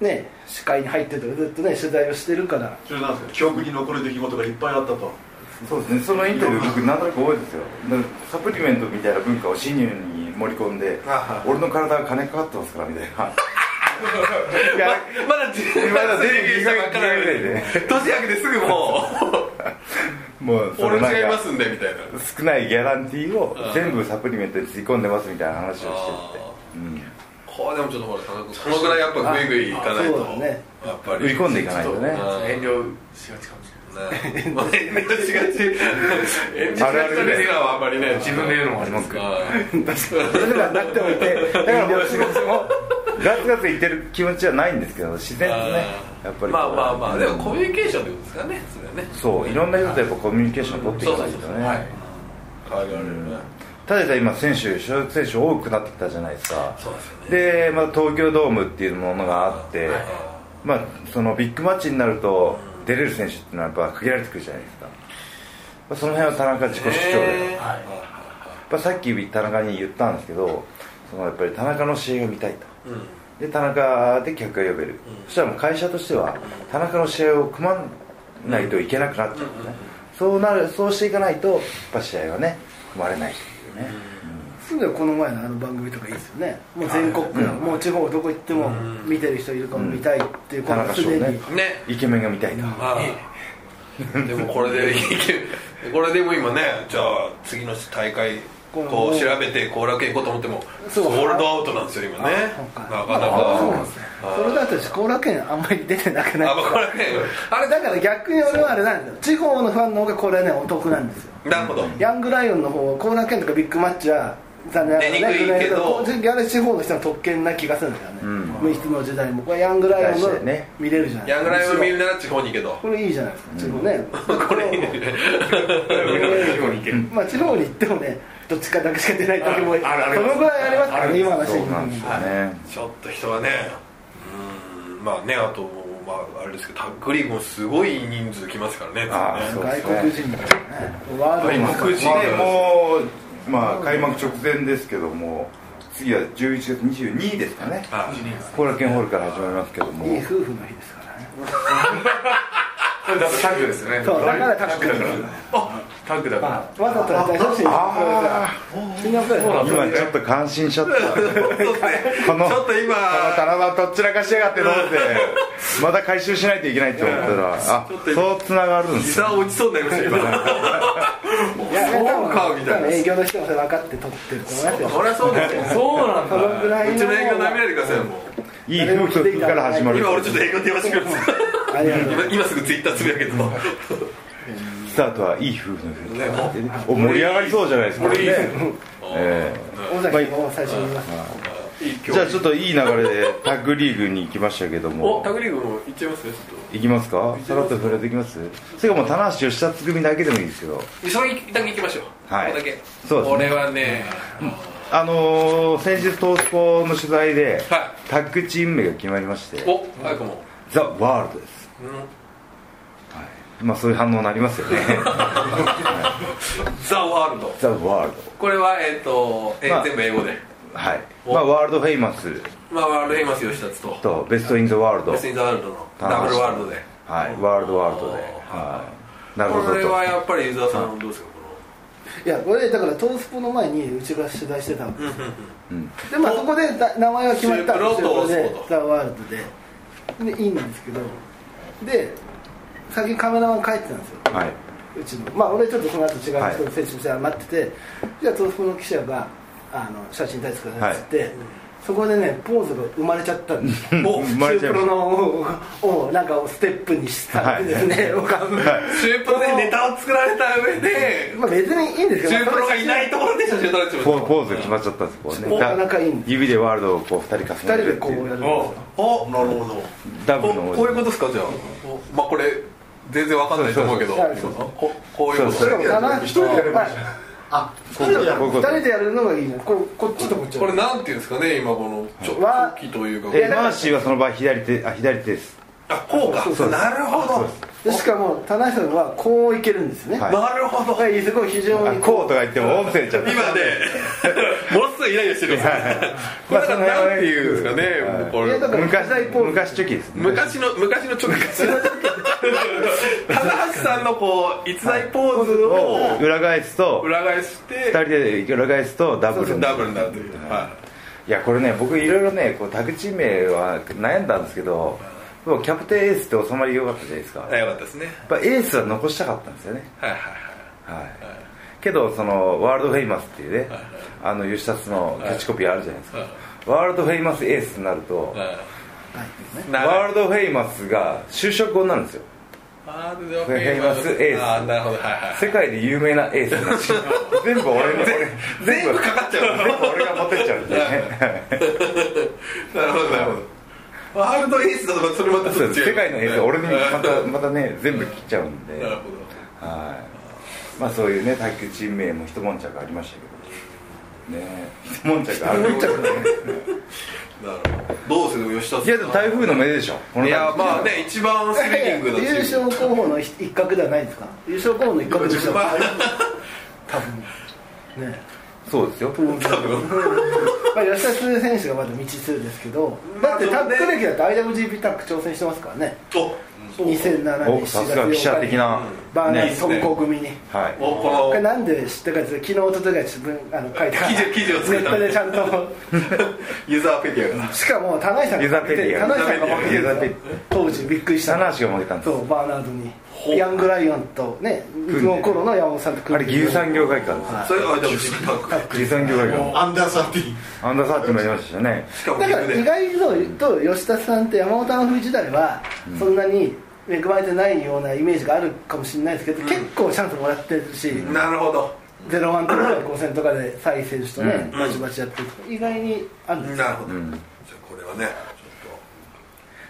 S3: ね視界に入っててずっとね取材をしてるから
S5: それなんですか記憶に残る出来事がいっぱいあったと
S1: そうですねそのインタビュー僕なんとなく覚えてるんですよなんかサプリメントみたいな文化を新入に盛り込んで
S2: あ
S1: 俺の体が金かかってますからみたいないや
S2: まだ自分
S1: まだデビュー
S2: したばっかりな
S1: デ
S2: の
S1: ビューし
S2: に年明けですぐも
S1: もう
S2: う
S1: その
S2: 俺
S1: なんか
S2: 違いますんでみたいな
S1: 少ないギャランティーを
S2: うん
S1: 全部サプリメントにつぎ込んでますみたいな話をしてて、うん、
S2: これでもちょっとほら田中君このぐらいやっぱグイグイいかないと
S3: あそうだね
S2: やっぱり
S1: 売り込んでいかないとね
S4: 遠慮しがちかもしれ
S2: ね、まあ遠慮しがち遠慮しがちな人ですはあんまりね
S4: ない自分で言うのもありますけど
S2: はい
S3: それがなくてもいてだからもう仕事も
S1: ガツガツいってる気持ちはないんですけど自然とねやっぱりこう
S2: まあまあまあでもコミュニケーションってことですかねそれはね
S1: そういろんな人とやっぱコミュニケーション取ってい
S2: そう
S1: か
S2: そ
S1: な
S2: う
S1: い
S2: そう
S1: と
S2: そう
S1: ね、
S2: はい変わりあるよね
S1: ただでさ今選手所属選手多くなってきたじゃないですか
S2: そうですよね
S1: で、まあ、東京ドームっていうものがあって、まあ、そのビッグマッチになると出れる選手っていうのはやっぱ限られてくるじゃないですか、まあ、その辺は田中自己主張で、
S2: ね
S1: やっぱさっき田中に言ったんですけどそのやっぱり田中の試合が見たいと
S2: うん
S1: で田中で客が呼べる、そしたらもう会社としては田中の試合を組まないといけなくなっちゃうのね、そうなるそうしていかないとやっぱ試合はね組まれないっていうね、
S3: すぐこの前のあの番組とかいいですよねもう全国区のもう地方どこ行っても見てる人いるかも見たいっていうこ
S1: 田
S3: の
S1: 中
S3: す
S1: 賞
S3: で
S1: ね
S3: に
S2: ね
S1: イケメンが見たいと、
S2: ああ [LAUGHS] でもこれでこれでも今ねじゃあ次の大会
S3: この
S2: こう調べて後楽園行こうと思っても
S3: そう
S2: ソールドアウトなんですよ今ね
S3: そうか
S2: なかなか
S3: そうなんですねそれだと私後楽園あんまり出てなくない
S2: あまあ後楽園あれ
S3: だから逆に俺はあれなんだよ地方のファンの方がこれはねお得なんですよ
S2: なるほど
S3: ヤングライオンの方は後楽園とかビッグマッチは残念ながら
S2: 出にくいけど
S3: こうあれ地方の人の特権な気がするんだよね、
S1: う
S3: もういつの時代もこれヤングライオンの
S1: 確かにね
S3: 見れるじゃない
S2: ヤングライオン見る
S3: むし
S2: なら地方に行けと [LAUGHS]
S3: ろこれいいじゃないですか地方ね、
S2: これいいね
S4: ないようにいける
S3: まあ地方に行ってもねどっちかだけしか出ない時もそ
S4: あある
S3: のぐらいありますからね今の話
S1: そうなんですよね、
S2: ちょっと人はねうーんまあねあとまああれですけどタッグリーグもすごい人数来ますからね
S1: ああそう
S3: 外国人だからねワールド
S2: 外国人
S1: まあねもう、まあ、開幕直前ですけども次は11月22ですかね
S2: あ
S1: 後楽園ホールから始まりますけども
S3: いい夫婦の日ですからね
S4: これだからタッグですよね
S3: そうだから高くなる
S4: タッグだから
S2: あ
S4: タッグだから、
S3: まあわざとやったりして
S1: あ
S3: みんなそうや
S4: そうな
S1: あ
S4: ん
S1: 今ちょっと感心しちゃった
S2: [LAUGHS] ちょ
S1: この
S2: っと今
S1: 七夕とっちらかしやがってと思
S2: [LAUGHS]
S1: ってまた回収しないといけないって思ったらあ
S2: ちょっと今
S1: そうつながるんで
S2: 時
S1: すね
S2: 差落ちそうになり [LAUGHS] ました今
S3: いや
S2: そうかみたい
S3: 多
S2: な
S3: 分営業の人もそれ分かって取ってると思いますよ
S2: そりゃ [LAUGHS] そうですよ
S4: そうなん
S3: そのぐらいう
S2: ちの営業なめないで
S3: の
S2: くだ [LAUGHS] さいもう
S1: いい風俗から始まる
S2: 今俺ちょっと営業電話してください
S3: ありがとうございます
S2: 今今すぐツイッターつぶやけどね
S1: スタートはいい夫婦の風俗
S2: も
S1: お盛り上がりそうじゃないですか
S4: これいいです
S1: ねええ
S3: 尾崎も最初に言います
S2: ういい今
S1: じゃあちょっ
S2: っ
S1: といい流れでタッグリーグに行きましたけど
S2: お
S1: も
S2: タグリーグも行っちゃいますねちょっ
S1: 行きますかさらっと触れていきますそれかもう棚橋吉田つ組だけでもいいですけど
S2: とそれだけ行きましょう
S1: はい
S2: ここだけ
S1: そうですね
S2: 俺はね
S1: あのー、先日東スポの取材で、
S2: は
S1: タッグチーム名が決まりまして
S2: お早くも
S1: ザ・ワールドです、はい、まあそういう反応になりますよね
S2: ザ・ワールド
S1: ザ・ワール
S2: これはえっとえ
S1: ま
S2: ー
S1: あ
S2: 全部英語で
S1: ドはい
S2: お
S1: まあワールドフェイマス
S2: まあワールドヘイマス吉達と
S1: とベスト・イン・ザ・ワールド
S2: ベストインザワールドのダブルワールドで
S1: はいワールドワールドで
S2: おー
S1: はいなるほど
S2: ことれはやっぱりユーザーさんどうですかこの
S3: いや俺だからトースポの前にうちが取材してたんですよ
S1: うん
S3: でまあそこでだ名前が決まったんです
S2: シュープロ
S3: よ
S2: ト
S3: それ
S2: スポ
S3: で
S2: と
S3: ザ・ワールドででいいんですけどで最近カメラマン帰ってたんですよ
S1: はいう
S3: ちのまあ俺ちょっとその後違う人
S1: はい
S3: と接触して待ってて、じゃあ東スポの記者があの写真対策だねっつって、そこでねポーズが生まれちゃったんですよ
S1: 生まれちゃいまし
S3: シュープロのをなんかステップにしたんですね、僕は
S2: シュープロでネタを作られた上で
S3: まあ別にいいんです
S2: シ
S3: けど
S2: ュープロがいないところで写真撮られちゃう
S1: ポポーズが決まっちゃったんですこうね
S3: なかなかいいんです
S1: 指でワールドをこう2人重ねて
S3: 二人でこうやるんですよ
S2: おなるほど
S1: ダブルの
S2: ここういうことですかじゃあおまあこれ全然わかんないと思うけど
S3: そうそうそう
S2: ここういう
S1: そ
S2: こ
S1: う
S3: し
S1: そ
S2: と
S3: かもかな
S5: 一人でやればいいじゃんあ一人でや
S1: こういう
S5: る
S1: こと
S3: 二人でやるのがいいじゃんこれこっちとこっち
S2: これなんていうんですかね今このちょ
S3: はい
S2: チョキというか
S1: えマーシーはその場合左手あ左手です
S2: あこうか
S3: そうそう
S2: なるほど
S3: でしかも田中さんはこういけるんですよね、
S1: は
S3: はい
S2: なるほど
S3: い、すごい非常
S1: あ
S3: に
S1: こうとか言っても音声ちゃっ
S2: 今ね
S1: た
S2: ものすごいイライラしてるんですよこれだからなんていうんですかね
S1: はい
S2: こ
S3: い
S2: れ
S3: やだから
S1: 昔
S3: 大ポーズ
S1: 昔チョキですね
S2: 昔の昔の直感高橋さんのこう逸材ポーズ
S1: を
S2: を
S1: 裏返すと
S2: 裏返して
S1: 2人で裏返すとダブル
S2: ダブルになるというはい
S1: やこれね僕いろいろねこう宅地名は悩んだんですけどでもキャプテンエースって収まり良かったじゃないですか
S2: い
S1: やっ
S2: よかったですね
S1: ぱエースは残したかったんですよね
S2: はいはいは
S1: は
S2: い
S1: いけどそのワールドフェイマスっていうねあの吉達のキャッチコピーあるじゃないです
S2: は
S1: かワールドフェイマスエースになると
S2: はい
S1: ワー
S2: な
S1: ルドフェイマスが就職後になるんですよ
S2: ワールド
S1: フェイマスエース
S2: あーなるほどはいはい
S1: 世界で有名なエースになっ
S2: [LAUGHS]
S1: ちゃう全部俺の俺
S2: 全部かかっちゃう
S1: 全部俺が持ってっちゃうんでね
S2: なるほどなるほどワールドエースだと [LAUGHS] それまた
S1: そうです世界のエース俺にま
S2: な
S1: たまたね全部切っちゃうんで
S2: る
S1: は
S2: ほど
S1: いまあそういうね卓球チーム名も一悶着ありましたけどね一悶着ある
S2: なるほどどうする吉田さん
S1: いやでも台風の目でしょこの
S2: い
S1: 卓
S2: や
S1: 球
S2: まあね一番スリリングなチ
S3: 優
S2: ーム
S3: 勝候補の一角ではないんですか優勝候補の一角でしょ
S2: まあ
S3: 多分ね
S1: そうですよ
S3: まあ吉田鈴選手がまだ未知数ですけどだってタック歴だって IWGP タック挑戦してますからね
S2: お
S3: 2007年
S1: おさすが記者的な
S3: バーナー
S1: ね
S3: ズ特攻組に、
S1: はい
S2: おこ
S3: これ
S2: の
S3: なんで知ったかっていうと昨日一昨日が自分あの書いた
S2: 記事記事を作
S3: ネ
S2: った
S3: ットでちゃんと
S2: ユーザーペディアが
S3: しかも田中さん
S1: ユ
S3: が
S1: ザペ
S3: 負けて
S1: デ
S3: る
S1: ィア
S3: 田中さんが負けてるんですよ
S1: ユザ
S3: 当時びっくりした
S1: 棚橋が負けたんで
S3: そうバーナード
S2: う
S3: にヤングライオンとねの頃の山本さんと
S1: すあれ
S3: で
S1: 牛産業会館です
S2: それが IWGP タッグ
S1: 牛産業会館
S5: アンダーサーティーン
S1: アンダーサーティもやりましたよね
S2: しかも
S3: だから
S2: で
S3: 意外と吉田さんって山本アンフ時代はそんなに恵まれてないようなイメージがあるかもしれないですけど、結構チャンスもらってるし、
S2: なるほど
S3: ゼロワンとか五戦とかで蔡選手とね、
S2: ん
S3: バチバチやってるとか意外にあるんですよ
S2: なるほどじゃあこれはねちょっ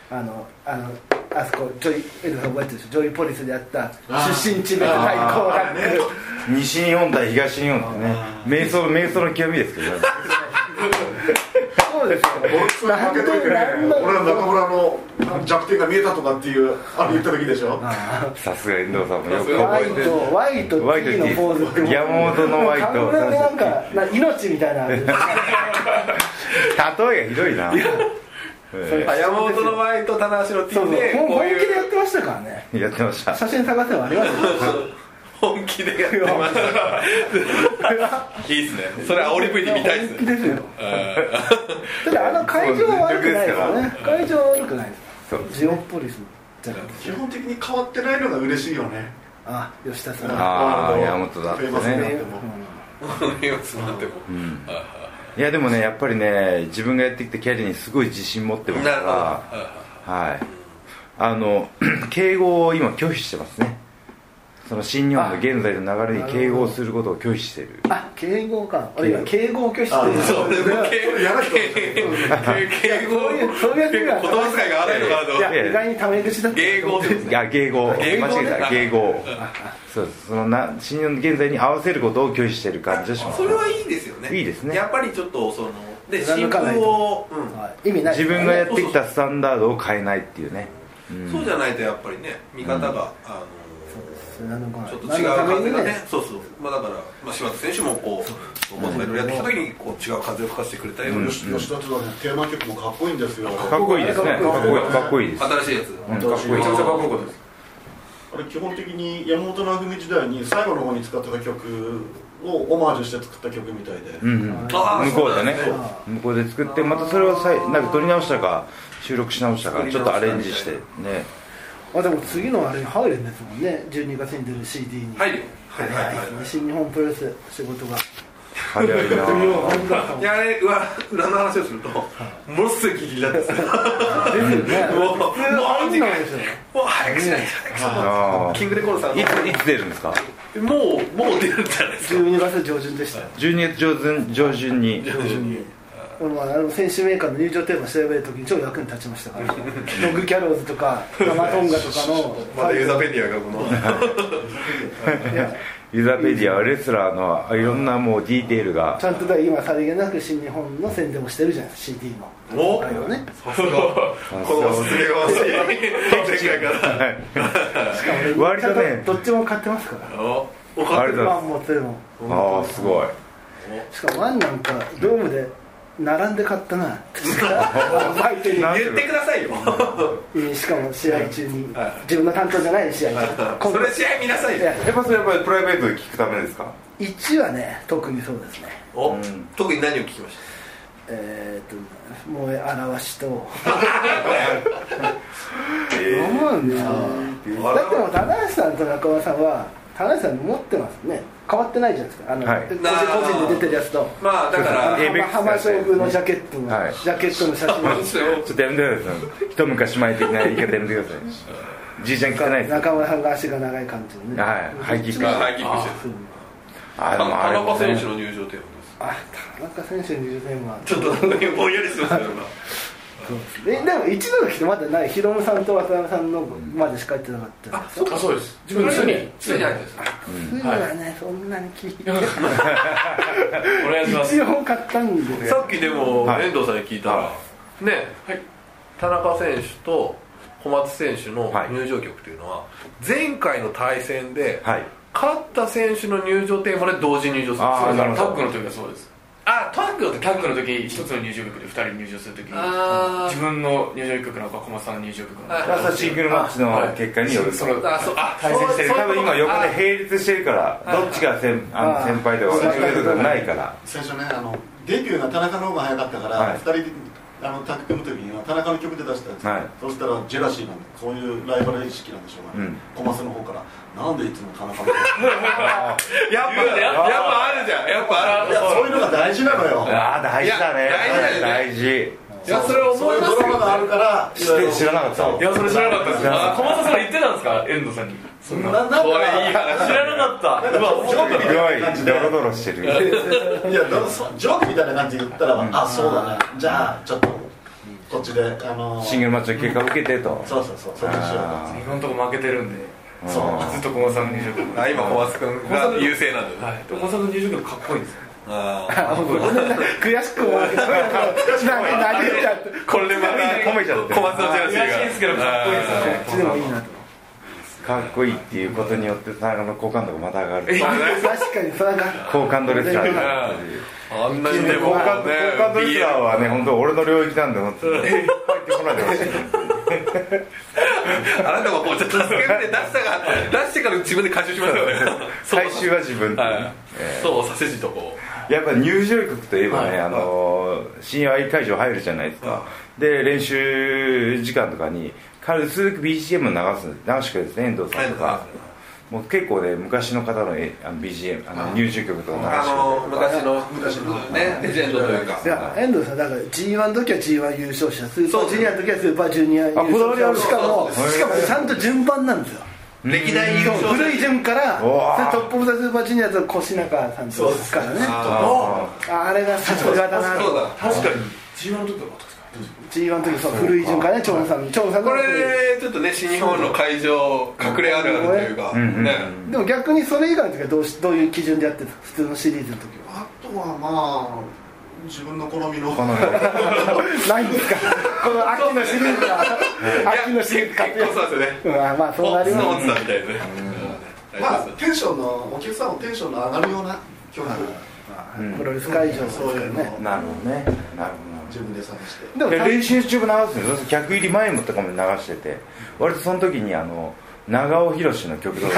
S2: と
S3: あのあのあそこジョイエルさん覚えてるでしょジョイポリスでやった出身地別対抗ラック
S1: 西日本対東日本ってね瞑想瞑想の極みですけどね
S3: そうですよ
S5: 俺は中村の弱点が見えたとかっていうあれ言った時でしょ
S1: さすが遠藤さんもよく
S3: ワ
S1: 覚え
S3: イ
S1: てる
S3: とワイと T のポーズってもう
S1: 山本のワイと
S3: もう冠でなんかな命みたいな
S1: 例えがひどいなえ
S2: あ山本の前と棚橋の T
S3: そうそうもう
S2: でこう
S3: 本気
S2: い
S3: でや
S2: う
S3: ってましたからね
S1: えやってました
S3: 写真探せばありますよ
S2: 本気でやってましたいいっすねそれ煽り V で見たいっす
S3: 本気
S2: ね
S3: ですよ
S2: う
S3: ただあの会場は悪くないですよ
S1: そう全
S3: ね会場は悪くないで
S1: そう
S3: すジオポリスじゃなくて
S5: 基本的に変わってないのが嬉しいよね
S3: あ吉田さん
S1: あー
S5: ワールド
S1: 山本だってね
S5: フェイマスになっ
S3: ね
S5: ても
S2: んこの様子待っても
S1: うんいやでもねやっぱりね自分がやってきたキャリアにすごい自信持ってますか
S2: なるほど
S1: らはいあの [CLEARS THROAT] 敬語を今拒否してますねその新日本の現在の流れに敬語をすることを拒否してる
S3: あ敬語か俺今敬語を拒否してる
S5: あ
S2: それも
S3: い
S2: 敬語
S5: やら人
S2: 敬語
S3: そういうそういうやつ
S2: 言
S3: が
S2: 葉遣いが荒いのかなと思って
S1: いや
S3: や意外にタメ口だった
S2: 敬語です
S1: いや敬語
S2: 敬語
S1: 間
S2: ね
S1: 違えた敬語
S2: [LAUGHS]
S1: そうですそのな新日本の現在に合わせることを拒否してる感じがします
S2: それはいいですよね
S1: いいですね
S2: やっぱりちょっとそので
S3: 貫
S2: 新
S3: かない
S2: 聞
S3: と
S2: を、うん
S3: はい意味ない
S1: 自分がやってきたスタンダードを変えないっていうね
S2: そうじゃないとやっぱりね見方が、あ
S3: それなのか
S2: の
S3: な
S2: ちょっと違う風がねそうそうまあだから、まあ、柴田選手もこうモズメルやってきた時にこう違う風を吹かしてくれたような、
S5: 吉吉田とだねテーマ曲もかっこいいんですよ
S1: かっこいいですねか
S3: かっ
S1: っ
S3: こ
S1: こ
S3: い
S1: い
S3: い
S1: いかっこいいです
S2: 新しいやつ、
S1: うんかっこいい
S4: めちゃめちゃかっこよかったです
S5: あれ基本的に山本尚文時代に最後の方に使ってた曲をオマージュして作った曲みたいで、
S1: うんうん
S2: あー
S1: 向こうでね
S2: そうなん
S1: 向こうで作ってまたそれをさいなんか撮り直したか収録し直した
S2: 作
S1: か
S2: り
S1: ちょ
S2: 直
S1: っ
S2: した
S1: とアレンジしてね
S3: あでも次のあれに入るんですもんね12月に出る CD に
S2: 入るよはいはいはい、
S3: 新日本プロレス仕事が
S1: 早い
S2: [LAUGHS]
S1: なぁ
S2: いやあれ裏裏の話をするとものすごいギリギリだったんですよ
S3: ですよね
S2: もうもう
S3: 普通あんなんですよ
S2: もう早くしないと
S1: あ
S2: キングレコードさん
S1: ーいついつ出るんですか
S2: つもうもう出るんじゃないですか
S3: 12月上旬でした
S1: 12月上旬上旬に
S3: 俺もあの選手メーカーの入場テーマ調べるときに超役に立ちましたからログキャローズとか生トンガとかの
S2: まだユーザーペディアがこの
S3: いや
S1: ユーザーペディアはレスラーのいろんなもうディテールが
S3: ちゃんとだから今さりげなく新日本の宣伝もしてるじゃない CD の
S2: お
S3: あれをね
S2: さすがこのおすすめがましい [LAUGHS] 展開から
S3: しかも俺
S1: 割
S3: ちゃ
S1: とね
S3: んとどっちも買ってますから
S2: おお
S1: あ
S2: か
S1: りがとうござい
S3: ワ
S1: ま
S3: ンもツーも
S1: すああすごい
S3: しかもワンなんかドームで並んで買ったなバイトに
S2: 言ってくださいよ
S3: しかも試合中に自分の担当じゃない試合中
S2: それ試合見なさい
S3: い
S2: よ
S3: や
S1: やっぱそれやっぱりプライベートで聞くためですか
S3: 1はね特にそうですね
S2: お
S1: うん
S2: 特に何を聞きまし
S3: えー、っと燃え表しと思うんだよ
S2: た
S3: だってもう棚橋さんと中村さんは棚橋さん持ってますね変わってないじゃないですかあの、
S1: はい
S3: 個人個人で出てるやつと
S2: まあだか
S3: あ
S1: エ
S2: ら
S1: イベッ
S3: の
S1: クス
S3: 浜将軍のジャケットの、
S1: はい
S3: ジャケットの写
S2: そ
S3: 真
S2: うよ
S1: ちょっとやめてください一昔前的な言い方やめてくださいじいちゃん聞かないです
S3: 中村さんが足が長い感じのね
S1: はい背筋
S2: まあ
S1: か
S2: ハイキックしてる
S3: そう
S1: あ
S2: 田
S1: でもあれ
S2: 中
S1: も
S2: 選
S1: ね
S2: 手の入場テーマです
S3: あ田中選手の20年は
S2: ちょっとなんかぼんやりするんですよ
S3: そうですねえでも一度の人まだないヒロムさんと渡辺さんのまでしかやってなかった
S2: あそう
S4: あそうです自分の人に
S2: ついに入ってるんですよ
S3: 普通はねそんなに聞いて
S4: お願いします
S3: 一応買ったんで
S2: さっきでも
S1: はい
S2: 遠藤さんに聞いたら、
S1: は
S2: ね、
S4: はい
S2: 田中選手と小松選手の
S1: はい
S2: 入場曲というのは前回の対戦で、
S1: はい
S2: 勝った選手の入場テーマで同時入場する
S1: あ
S4: そ
S1: ー
S4: うです
S1: な
S4: あ
S1: るほ
S4: のタ
S1: ど
S4: ックの時はそうです
S2: あトラックの時
S4: タックの時一つの入場曲で二人入場する時に
S2: あー
S4: 自分の入場曲なのか小松さんの入場曲なの
S2: はい
S4: か
S1: ラストシングルマッチの結果による
S4: その
S2: あそうあ
S4: 対戦してる
S2: そう
S1: 多分今横で
S2: あ
S1: 並列してるからどっちが先あ
S3: あ
S1: の先輩とか
S3: そう
S1: 先輩とかないから
S5: 最初ねあのデビューが田中の方が早かったから、
S1: はい
S5: 2人であのタッグ組む時には田中の曲で出したんですよ、
S1: はい
S5: そしたらジェラシーなんでこういうライバル意識なんでしょうがね、
S1: うん
S5: 小松の方からなんでいつも田中の曲 [LAUGHS]
S2: やっぱやっぱあるじゃんやっぱあ
S5: い
S2: る
S5: やそういうのが大事なのよ
S1: ああ大事だね
S2: いや大
S1: 大事
S2: いやそれ思
S5: そうい
S2: いうま
S5: ド
S2: す
S5: ラマ
S2: よ
S5: があるから
S1: 知って知らなかった
S4: いやそれ知らなかったです
S1: 知らなか
S4: あ
S1: った
S4: 小松さん言ってたんですか遠藤さんにそんな
S5: ななんか
S2: これいい話
S4: 知らなかったうわ面白かった
S1: すごいドロドロしてる
S2: [LAUGHS]
S5: いやどうそうジョークみたいな感じで言ったら、あそうだねじゃあちょっとこっちであの
S1: シングルマッチの結果を受けてと
S5: そうそうそうそっちにしようか
S1: あ
S4: 今のところ負けてるんで
S1: ー
S5: そう
S1: あ
S4: ず
S1: ー
S4: っと小松さんの入場曲
S2: あ今小松君が優勢なんだよね、
S4: はいで小松さんの入場曲かっこいいんですよ
S2: あ
S3: 悔しくも泣けちゃって
S2: ーこ
S3: こ
S2: れでまた
S1: 込めちゃってる
S2: 小松のジェラシーが
S4: 悔しいですけどかっこいいですよね
S3: っちでもいいなと
S1: かっこいいっていうことによって田中の好感度がまた上がる
S3: 確かにそれが
S1: 好感度レスラーが
S2: あんなにで
S1: 好
S2: も
S1: 感度好感度レスラーはね本当俺の領域なんで本当に入ってこないでほしい
S2: あなたもこうちょっと助け舟出したが出してから自分で回収しましたよね
S1: 最終は自分っていうね、
S2: はいそうさせじとこ
S1: やっぱ入場曲といえばね、
S5: はい
S1: あのー深夜会場入るじゃないですか、で練習時間とかに軽く BGM 流す流してくれるんですね遠藤さんとか、
S2: はい
S1: もう結構ね昔の方のえあの BGM あの入場曲とか流
S2: あ
S1: してくれる
S2: の昔の
S5: 昔の
S2: ねレジェンドというか
S3: いや遠藤さんだから G1 の時は G1 優勝者スーパ
S2: そう
S3: ージュニアの時はスーパージュニア優
S1: あこだわりあ
S3: 勝
S1: る
S3: 者しかも
S1: そう
S3: しかもちゃんと順番なんですよ
S2: 歴代優勝
S3: 古い順から
S1: うわー
S3: でトップ・オブ・ザ・スーパージュニアと越中さんとですからね
S2: の
S3: ああれがさすがだな
S2: そうだ
S4: 確かに G1 の時とか
S3: G1 の時そう古い順からね長野さん長野さんの
S2: これちょっとね新日本の会場隠れあるあるというか
S1: ん
S2: ね
S3: でも逆にそれ以外の時はどうしどういう基準でやってた普通のシリーズの時
S5: あとはまあ自分の好みの
S1: この
S3: はないんですか [LAUGHS] この秋のシリーズが秋のシリーズ買って
S2: 結構そうですよね
S3: うんあまあそうなり
S2: お
S3: ま
S2: っつの
S3: す
S2: おっつだみたいなね
S5: まあテンションのお客さんのテンションの上がるような曲
S1: うん
S3: プロレス会場です
S5: そう
S3: か
S5: い
S3: ら
S5: う
S3: ね
S5: のを
S1: なるほどねなる
S5: 自分で探して
S3: で
S1: ほど
S3: も
S1: で練習中も流すんですよ客入り前もとかも流してて割とその時にあの長尾宏の曲と [LAUGHS] か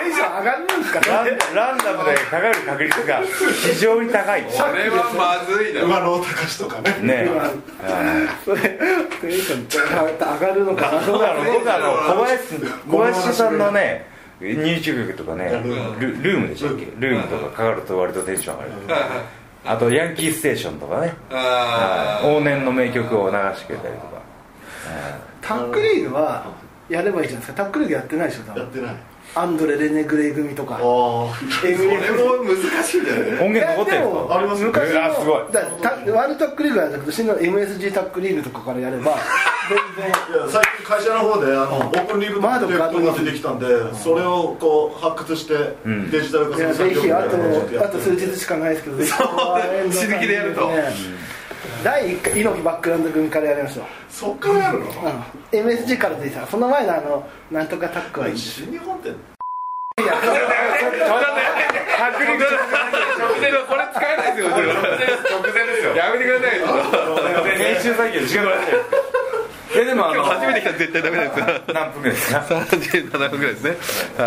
S3: テンション上がるんですか
S1: ランランダムでかかる確率が非常に高いね
S2: それはまずいだろ
S5: 馬野隆とかね
S1: [LAUGHS] え
S3: それテンション上がるのかな
S1: 僕あの僕あの小林小林さんのね入手曲とかねルルームでしたっけルームとかかかると割とテンション上がる
S2: はいはい
S1: あとヤンキーステーションとかね
S2: あ
S1: はい
S2: ー
S1: 往年の名曲を流してくれたりとか
S3: タックリーグはやればいいじゃないですかタックリーグやってないでしょ多
S5: やっ
S3: 分
S5: てない
S3: アンドレ・レネ・グレイ組とか
S5: あ
S3: エミリ
S2: これも難しいんだよね
S1: 音源残
S3: いや
S1: ってるんですか
S5: ありますよ
S3: 昔の
S1: あすごい
S3: だからたワールドタックリーグはなくて今の MSG タックリーグとかからやれば
S5: あいや最近会社の方であのオープンリーグのプロジェクトが出てきたんでそれをこう発掘して
S1: ん
S5: デジタル化
S3: い
S5: す
S3: やぜ
S5: るみ
S3: ひあ
S5: たいなのをちょっ
S3: とあ
S5: やって
S3: と
S5: る
S3: 数日しかないですけどぜひここは遠藤さ
S2: 死
S3: ん
S2: ぬ気でやると
S3: ね第1回猪木バックグラウンド組からやりましょう
S5: そっからやるの
S3: うん MSG からでいいさその前のあのなんとかタックはいいです
S5: 新日本って
S2: 迫力直前はこれ使えないですよこれ
S4: 直前ですよ
S2: やめてくださいよ
S1: 編集作業時間かかっちゃうえでもあ
S2: 今日初
S1: の
S2: めて来たら絶対ダメなんですよ
S1: 何分ぐらいですか
S2: 37分ぐらいですねは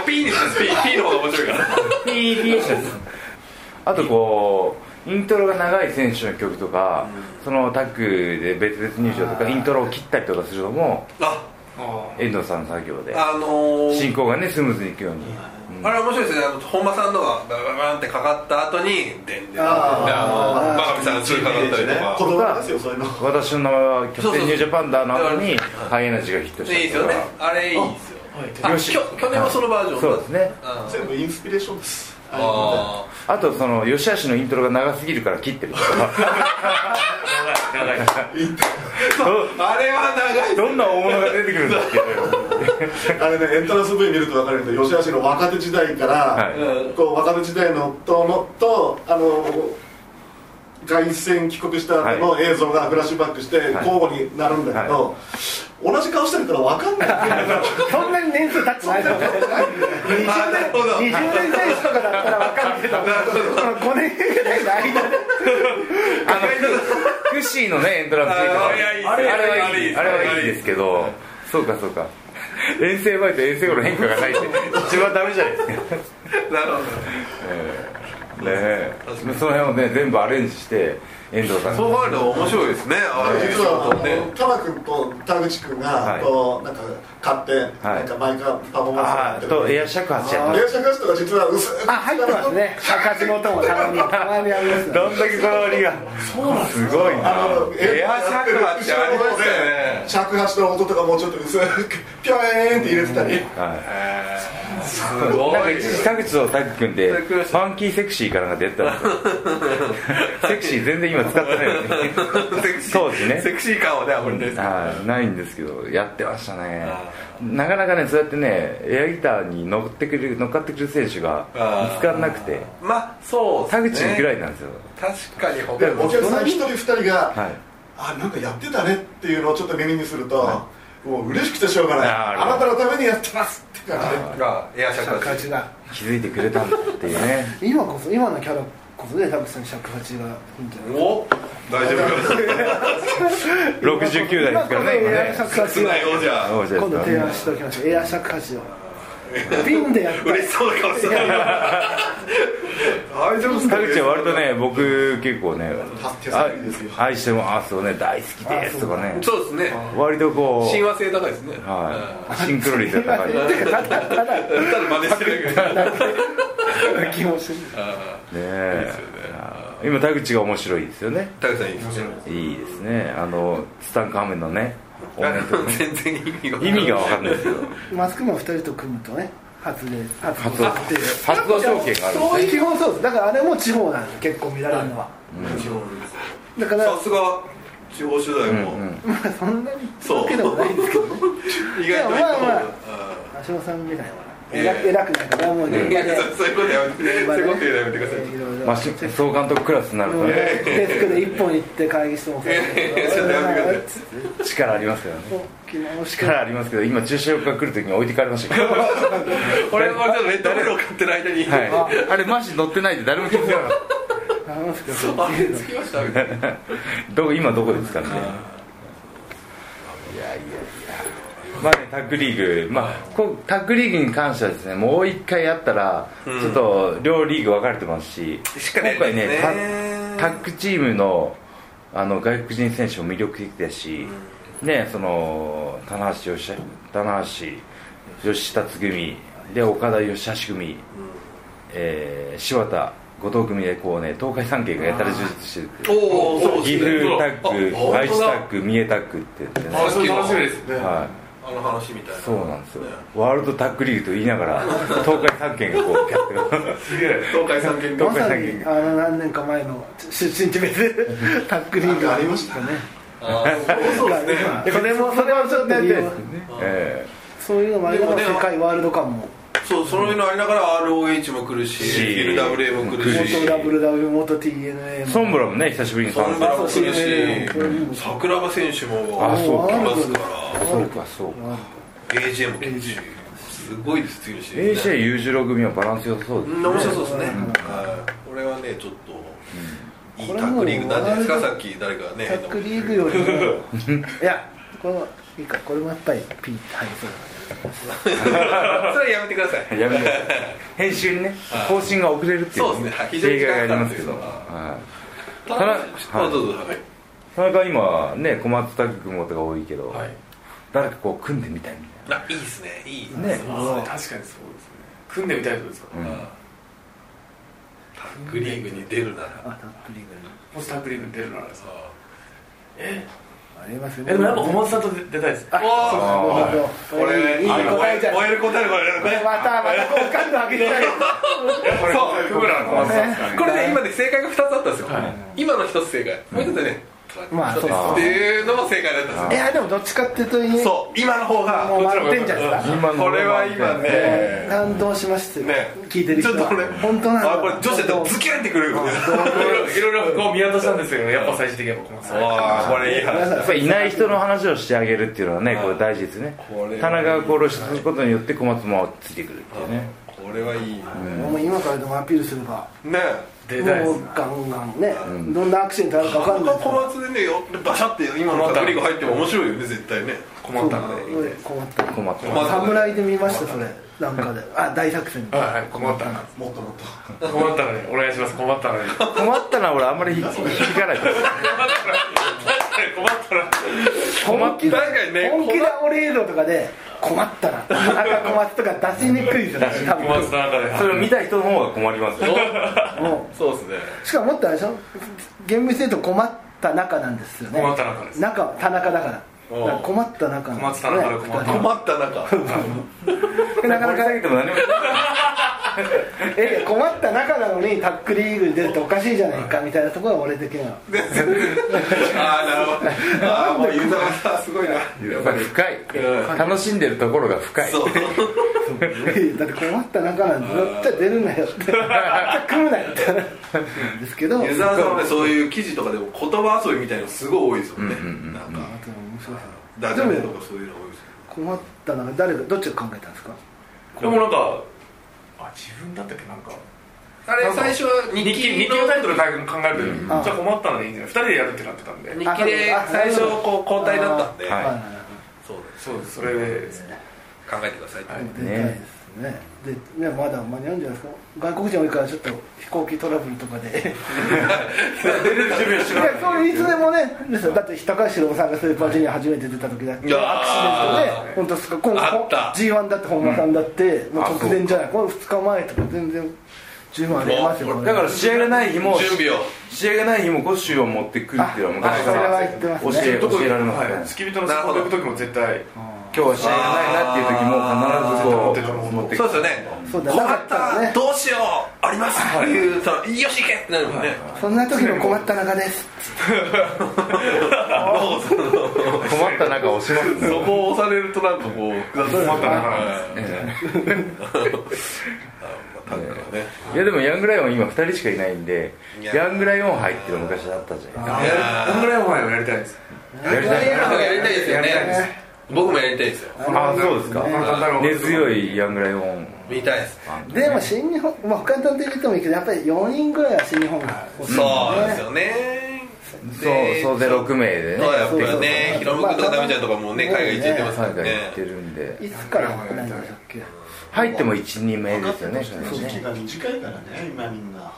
S2: いピーにしますピーピーの方が面白いから
S1: あとこうイントロが長い選手の曲とか、そのタッグで別々入場とかイントロを切ったりとかするのも
S2: あ
S4: あ
S1: 遠藤さんの作業で
S2: あのー
S1: 進行がねスムーズにいくように
S2: あれ面白いですねあの本間さんのがバババンってかかった後にでんでんあのバカミさん通かかったりと
S5: 子
S2: か
S5: 供ですよそういうの
S1: 私の名前はキャプテンニュージャパンだの後に
S2: そう
S1: ハイエナジがヒットした
S2: いいで
S1: り
S2: す
S1: と
S2: よ
S1: か
S2: ねあれいいですよあ
S1: よ
S2: き
S1: し
S2: ょ去年もそのバージョン
S1: そうですね
S2: あ
S5: 全部インスピレーションです
S2: あ
S1: あとその吉橋のイントロが長すぎるから切ってるとか
S4: あ長い長い
S2: ーあれは長い
S1: どんな大物が出てくるんだっていう
S5: あれねエントランス V 見ると分かるんだけど吉橋の若手時代から、
S1: はい
S2: うん
S5: こう若手時代のとのとあの凱旋帰国した後の映像がフラッシュバックして
S1: い
S5: 交互になるんだけど、同じ顔してるから分かんない
S3: そんなに年数経ってないですよ
S2: あなるほど
S3: 20年選手とかだったら分かるけど5年ぐらいの間で
S1: あのクッシーのねエントランスとか
S2: あれはいい
S1: あれはいい
S2: あ
S1: あ
S2: れ
S1: れ
S2: は
S1: は
S2: いい
S1: いいですけどそうかそうか遠征前と遠征後の変化がないって一番ダメじゃないですか
S2: なるほど
S1: ねえその辺をね全部アレンジして遠藤さん
S2: そう考えると面白いですねああいう仕
S5: 実は
S2: 事
S5: あ
S2: っ
S5: の、
S2: て
S5: タマ君と田口君が、
S1: はい
S5: こうなんか買って、
S1: はい
S5: なんか毎回パフォーマンスや
S1: ああ
S5: ってる
S1: とエア尺八やっ
S5: 電車ガスとか実は薄く
S3: あ入ってますね赤字の音もたまにたまにありま
S1: た
S3: すね
S1: どんだけこだわりがすごい
S5: あ
S1: な
S5: の
S2: エア尺八ってありましたよね
S5: 尺八の音とかもうちょっと薄く [LAUGHS] ピョエーンって入れてたり
S1: は
S2: す
S1: いなん
S2: ご
S1: か
S2: い
S1: 一時田口とタッグ組んでファンキーセクシーからなんか出てたん
S2: [LAUGHS]
S1: ですよセクシー全然今使ってないよね
S2: セクシー
S1: 当時ね
S2: セクシー感はねあんまりないですけど
S1: はい、ないんですけどやってましたねなかなかねそうやってねエアギターに乗ってくる乗っかってくる選手が
S2: あー
S1: 見つからなくて
S2: まあそう
S1: 田口ぐら
S2: い
S1: いなんですよ、
S2: 確かに他
S5: で
S2: に
S5: お客さん一人二人が、
S1: はい
S5: あなんかやってたねっていうのをちょっと耳にすると、もう嬉しくてしょうがない
S1: あー
S5: あなたのためにやってますって感じで
S2: がエア尺八
S3: 赤字だ
S2: [LAUGHS]
S1: 気づいてくれたんだっていうね
S3: 今こそ今のキャラこことで田口さんの尺八が本当に
S2: お
S4: 大丈夫か
S1: 69代ですからね今
S3: エア
S1: ね
S3: 尺
S2: 素直
S3: 八
S2: よじゃあ
S1: 王者です
S3: 今度
S1: から
S3: 提
S1: ね
S3: 案しておきましょうエア尺八をピンでやった
S2: 嬉しそうな顔してた大丈夫です
S1: 田
S2: か
S1: 口は割とね僕結構ね
S5: 手
S1: あ
S5: 先ですよ
S1: 愛してますをね大好きですとかね
S2: そうですね
S1: 割とこ
S2: 親
S1: う
S2: 和性高いですね
S1: はいシンクロ率が高い [LAUGHS] ね
S3: てかただただ
S2: うんただ真似してるだけで
S3: 気もする
S1: え今田口が面白いですよね
S2: 田口さんいいですね
S1: いいですねあのスタンカーメンの [LAUGHS] ねお面とかね
S2: 全然意味が
S1: 意味が分かんないですよ
S3: マスクマン2人と組むとね発令発
S1: 発
S3: 動
S1: 動
S3: っていう
S1: 発動条件があるん
S3: そう
S1: で
S3: いう基本そうですだからあれも地方なんで結構見られるのは、だから
S2: さすが地方取材も
S3: まあそんなに
S2: そう
S3: わけでもないんですけどね
S2: 意外といいと思う
S3: まあまあ
S2: うん
S3: 橋本さんみたいなのは
S2: ええ
S3: 偉偉くないからもう現場
S2: いや
S3: で
S2: そうそういうことやめてそういうことやめてください
S3: いろい
S1: す
S3: ろ
S1: まあし総監督クラスになるとね
S3: デスクで一本行って会議室も
S2: ええちょっとやめてください
S1: 力ありますからね
S3: 昨日し
S1: 力
S3: か
S1: ありますけど今駐車場から来る時に置いてかれま [LAUGHS] したけどは
S2: 俺もちょっとレッドブルを買ってる間に、
S1: いあれマジ乗ってないで誰も気づかなかっ
S3: あの人
S2: あれ着きましたみたいな
S1: たどこ [LAUGHS] 今どこですからねいやいやいやまあねタッグリーグまあこうタッグリーグに関してはですねもう一回やったらちょっと両リーグ分かれてますし
S2: しっかりや
S1: 今
S2: りたい
S1: 回
S2: で
S1: ね
S2: すね
S1: タタッグチームのあの外国人選手も魅力的だし、ね、その棚橋よし棚橋吉達組で岡田義橋組、えー柴田後藤組でこうね東海三県がやたら充実してるっていう
S2: おおそう
S1: 岐阜タ
S2: あ
S1: ッグ
S2: 本
S1: 愛知
S2: 当
S1: タ
S2: だ
S1: ッグ三重タッグって言ってね、
S4: あそれ楽しみです
S5: ね
S1: は、
S2: あの話みたいない
S1: そうなんですよワールドタッグリーグと言いながら東海三県がこうキャッ
S2: [LAUGHS]
S1: て
S4: すげえ
S2: 東海三県
S1: ど
S2: が
S1: う
S3: まさにあの何年か前の出身地別でタックリ
S5: な
S3: ー
S5: ん
S3: グ
S5: かありましたね
S2: あーそうですね
S3: それもそれはちょっと理由は
S1: え
S3: そういうのもありなが
S2: でもね
S3: ら世界ワールドカップも
S2: そうそういうのありながら ROH も来るし
S1: し
S2: LWA も
S1: 来
S2: 来る
S1: る
S2: し
S1: し
S3: 元 WW 元 TNA
S1: ー
S3: も
S1: ソンブラもね久しぶりに
S2: ソ
S1: 参
S2: ンブラ
S1: 戦
S2: も来る
S3: そうそうそう
S2: し桜庭選手も
S1: あそう
S2: 来
S1: か
S2: ますか
S1: そうかそうか
S2: AJ も来るしすごいです次の試合
S1: AJ 裕次郎組はバランス良さそうですね
S2: うん面白そうですねはいこれはねちょっといいタッグリーグなんじゃないですかさっき誰かね
S3: タックリーグよりもいやこれはいいかこれもやっぱりピンって入りそうだ
S2: それやめてください
S1: やめて編集にね更新が遅れるっていう
S2: そうですねはい非常に
S1: 弊
S2: 時
S1: 害が
S2: 間
S1: あ
S2: かか
S1: り
S2: る
S1: ま
S2: と
S1: す
S2: い
S1: け
S2: う
S1: どはい中は
S2: のが田中
S1: い
S2: あどうぞはい
S1: 田中今ね小松拓君もとか多いけど
S2: はい
S1: 誰かこう組んでみたいみ
S2: あいいですねいい
S1: たいなね
S4: あ確かにそうですね組んでみたいってことですか
S1: うん
S2: タッグリーグに出るなら
S3: なあタックリーグに
S4: もしタッグリーグに出るならですかえ
S3: ありますよ
S4: えでもやっぱ小松さんと出出たいです
S2: おー
S1: あ
S3: なるほど
S2: これ
S3: いい
S2: ね
S3: 答えじゃん
S2: 燃える答えこ
S3: ま
S2: れね
S3: たまた好感度上げてない
S4: そう僕らの小松さんですかね
S2: これね今ね正解が2つあったんですよ今の1つ正解もう一つね
S3: まあそうです
S2: っていうのも正解だったん
S3: い
S2: です
S3: やでもどっちかっていうとね
S2: よそう今の方が
S3: もう満点じゃないですか
S1: 今の
S2: これは今ね
S3: 感動しましたよ
S2: ね
S3: 聞いてる人
S2: ちょっ
S3: は
S2: とこれ
S3: 本当なんだ
S2: あこれ女子だったらズキュンってくるよね
S4: いろいろいろこう見渡したんですけどやっぱ最終的には小松さん
S2: わあこれいい
S3: 皆
S2: 話
S3: さん
S1: やっぱりいない人の話をしてあげるっていうのはねこれ大事ですね
S2: これ
S1: 田中が殺しすることによって小松もついてくるっていうね
S2: これはいい
S3: もう今からでもアピールすれば
S2: ね
S4: 出たいで
S3: も
S4: す
S3: うガンガンね、どんなアクシデントあるか分かんない
S2: 小松でねよバシャって今のタッグリーグ入っても面白いよね絶対ね
S4: 困ったので
S3: そう困った
S1: 小松
S2: 小松
S3: 侍で見ましたそれなんかであ大作戦
S4: はいはい困ったな
S5: もっともっと
S4: 困ったのでお願いします困ったので [LAUGHS] 困っ
S1: 困ったな俺あんまり響かない
S4: たら
S3: 本気で
S2: 確かにね
S3: 本気でオレードとかで困ったななんか困ったとか出しにくいですよね
S4: [LAUGHS]
S3: 多
S4: 小松さんの中で
S1: それを見た人の方が困りますよ
S3: 分も
S2: そうですね
S3: うしかももっとあれでしょ厳密に言うと困った仲なんですよね
S4: 困った中です
S3: 中田中だから
S2: おう
S3: だから困った中なんですよね
S4: 小松田中だから困った
S3: 二人
S2: 困った [LAUGHS] 中
S3: なかなか
S1: 盛り下げても何も
S3: え困った中なのにタックリーグに出るっておかしいじゃないかみたいなところが俺的には [LAUGHS]
S2: ああなるほどああもうゆざわさんすごいな
S1: やっぱり深い楽しんでるところが深い
S2: そう
S3: だって困った中なんて絶対出るなよって絶対組むなよって話なんですけど
S2: ゆざわさんはねそういう記事とかでも言葉遊びみたいのすごい多いですもんねなんか
S3: あと面白い
S2: ダジャレとかそういうの多いです
S3: 困った中誰がどっちが考えたんですか
S4: でもなんかあ自分だったっけなんか
S2: あれ最初は日
S4: 日記日
S2: 記
S4: 記のタイトル
S2: の
S4: 考えるめっちゃ困ったのでいいんじゃない2人でやるってなってたんで
S2: 日記で最初こう交代だったんで
S1: はい
S2: そうです
S4: そうですそれで
S2: 考えてくださいと
S4: はい
S3: でかいですねでねまだ間に合うんじゃないですか外国人多いからちょっと飛行機トラブルとかでいやそういつでもねですよだって高橋郎さんがスーパージュニア初めて出た時だって
S2: いやー
S3: アクシデントで本当ですか今
S2: あった
S3: G1 だって本間さんだって、もう
S1: あそう
S3: 直前じゃないこの2日前とか全然十分ありますよ
S2: もう
S3: これ
S1: だから試合がない日も
S2: 準備を
S1: 試合がない日もコッシュを持ってくるっていうのは
S3: あ
S1: 昔
S3: そ
S1: か
S3: れは
S1: ら
S3: 言ってます
S1: 教
S3: ね
S1: え教えられますね
S4: はい付き人のそこ行く時も絶対
S1: 今日は試合がないなっていう時も必ずこう持
S4: あー
S1: ってく
S2: そ
S1: る
S2: うですよね
S3: そうだ
S2: 困
S3: なか
S2: っ
S3: ったら
S2: た
S3: ね
S2: どうしようありますっていうと「よし行け!」ってなるもんね
S3: そんな時の困った中です
S1: 困った中押しますね
S2: そこを押されるとなんかこう
S4: 困ったな
S2: [LAUGHS] ね
S1: いやでもヤングライオン今2人しかいないんで
S2: いや
S1: ヤングライオン杯っていうの昔あったじゃない
S4: やるこんぐらいお前をやりたいです
S1: やりたい
S2: なんかやりたいですよ
S4: やりたいで
S2: ね僕もやりたいですよ
S1: あそうですか
S4: この方の
S1: 根強いヤングライオン
S2: 見たいです
S3: でも新日本まあ他の出てもいいけどやっぱり4人ぐらいは新日本が欲しい
S2: そうです
S3: ね
S2: よね
S1: そうそうで6名でね
S2: そうやっぱ
S3: そうそう
S2: り
S3: そ
S2: ね
S3: う
S2: ヒロム君とかダメちゃんとかもね
S3: まあ
S2: 海外行っちゃってますか
S1: 海
S2: ら
S1: 外行
S2: ね
S1: ってるんで
S3: いつからなんだっけ
S1: 入っても12名ですよね
S5: 時期が短いからね今みんな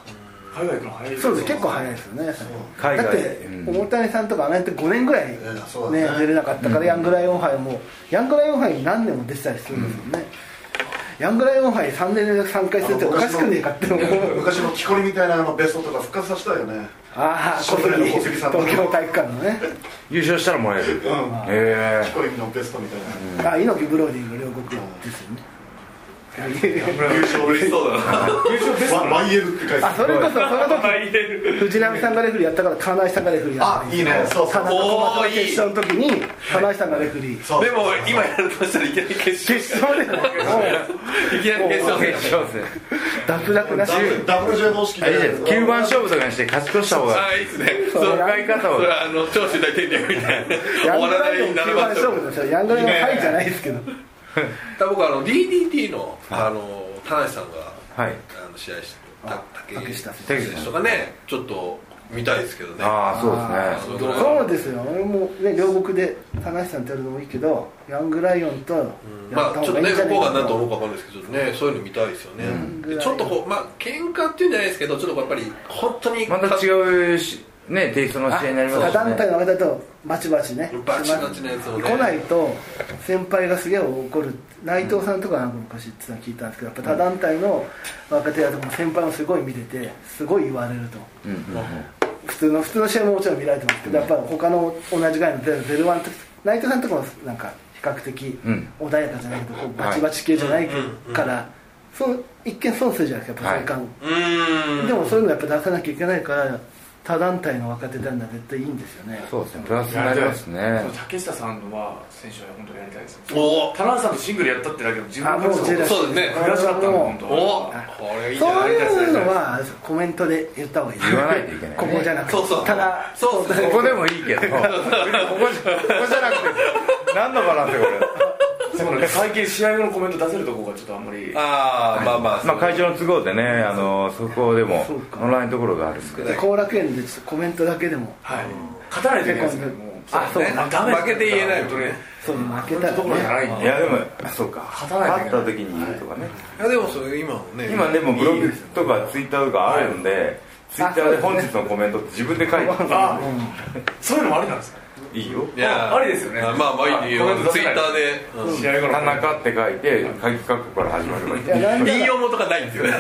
S4: 海外行くの早い
S3: そうです結構早いですよね
S1: 海外
S3: だって
S1: うん
S3: 大谷さんとかあのやって5年ぐらいね
S5: んそうだね
S3: 出れなかったからヤングライオン杯もヤングライオン杯に何年も出てたりするんですよねヤングライオン杯3年連続3回するっておかしくねえかって思う
S5: 昔の木こりみたいなあのベストとか復活させたいよね
S3: ああ小
S5: 初代の小杉さんと
S3: 東京体育館のね
S1: 優勝したらもらえる
S5: うん
S1: へ
S5: 木こりのベストみたいな
S3: あ猪木ブローディング両国ですよね
S5: 優勝ベストだ
S4: 優勝ベスト
S5: ワイエルって書いて
S3: あ
S5: ある
S3: それこそそ
S5: [LAUGHS]
S3: の時
S4: 入れる
S3: 藤波さんがレフェリーやったから金井さんがレフェリーやった
S5: あいいねそうそ
S3: 田
S5: う
S3: 中小松の決勝の時に金井さんがレフェリー
S5: そう
S2: でも今やるとしたらいきなり決勝
S3: 決勝でもう
S2: いきなり決
S1: え
S2: 勝戦
S1: 決勝戦
S3: 脱落なし
S5: ダブルダブル J 方式
S1: あれじゃない
S5: で
S1: ですか9番勝負とかにして勝ち越した方が
S2: ああいいっすね
S3: そう
S2: そう
S1: 使い方
S2: そ
S1: を
S2: れはあの長州大権力みたいな
S3: ヤ
S2: 終
S3: ン
S2: わ
S3: グ
S2: らな
S3: ライオ
S2: い
S3: ン
S2: 7
S3: 9
S2: 番
S3: 番
S2: 勝
S3: 勝
S2: 負
S3: 負ですよヤングライオンハイじゃないですけど
S2: 僕あの DDT のあの田中さんが
S1: はい
S2: あの試合してた
S3: あ
S2: 竹
S3: 竹
S2: 下
S3: 下
S1: 選手
S2: 選手とかねちょっと見たいですけどね
S1: ああそうで
S2: そう
S1: すね
S2: どう
S3: そうですよ俺もね両国で田中さんとやるのもいいけどヤングライオンとや
S2: ま
S3: っ
S2: あ
S3: た
S2: ちょっと
S3: 方がいい
S2: ね
S3: んじゃ
S2: 向
S3: ない
S2: こう
S3: か
S2: が何
S3: な
S2: と思うか分かんないですけどちょっとねそういうの見たいですよね、
S3: ん
S2: でちょっとこうまあ喧嘩っていうんじゃないですけどちょっとこうやっぱり本当に
S1: また
S2: う
S1: 違うしねテイストの試合になります
S3: 他
S1: しね
S3: 団体の方だとバチバチね
S2: バチバチのやつをね
S3: 来ないと先輩がすげえ怒る内藤さんとかなんか昔言ってたの聞いたんですけどやっぱ他団体の若手だとも先輩もすごい見ててすごい言われると
S1: うんうんうん
S3: 普通の普通の試合ももちろん見られてますけどやっぱ他の同じぐらいのゼゼロワンと内藤さんとかもなんか比較的
S1: うん
S3: 穏やかじゃないけどこうバチバチ系じゃないからそう一見損するじゃないですかやっぱそうい
S2: ー
S3: う感
S2: ん
S3: でもそういうのやっぱ出さなきゃいけないから他団体の若手団は絶対いいんですよね
S1: そうですねプラスになりますね
S4: そう竹下さんのは選手は本当にやりたいです
S2: おお
S4: 田中さんとシングルやったってだけでも自分
S3: あもうジェラシー
S2: そうですね
S4: 悔しかったの本
S2: お
S4: 当
S2: おこれいいんじ
S3: そ
S2: ゃな
S3: う
S2: い
S3: いうのはコメントで言った方がいいです
S1: 言わないといけないね
S3: ここじゃなくて
S2: そうそう
S3: ただ
S2: そうそう
S1: ここでもいいけど [LAUGHS] ここじゃここじゃなくて何のバランスこれ
S4: そうなんです最近試合後のコメント出せるとこがちょっとあんまり
S2: ああまあまあ、
S1: まあ会場の都合でねあのそこでも
S3: そうか
S1: オンラインところがあるんで
S3: 後楽園でちょっとコメントだけでも
S4: はい勝たないといけないですねもう
S3: あそう
S2: ね
S3: か
S4: ダメです
S2: 負けて言えないもんね
S3: そう負けたら
S4: ところじゃ
S3: ね
S4: ないん
S1: い
S4: で
S1: やでもそうか
S4: 勝たないといけない
S1: 勝った時に言うとかね
S2: いやでもそれ今もね
S1: 今でもブログ
S2: すよ
S1: とかツイッターとかあるんでツイッターで本日のコメントって自分で書いて
S4: あそういうのもありなんですか
S1: [LAUGHS] いいよ
S2: いや
S4: あありですよね
S2: まあまあいいよ
S4: あコメント
S2: ツ
S4: 出
S2: イ
S4: せな
S2: ッ
S4: い
S2: ターで、うん
S4: 試合後の
S1: 田中って書いて鍵括弧から始まる
S3: いやなん
S2: 引
S3: だ
S2: 用もとかないんですよね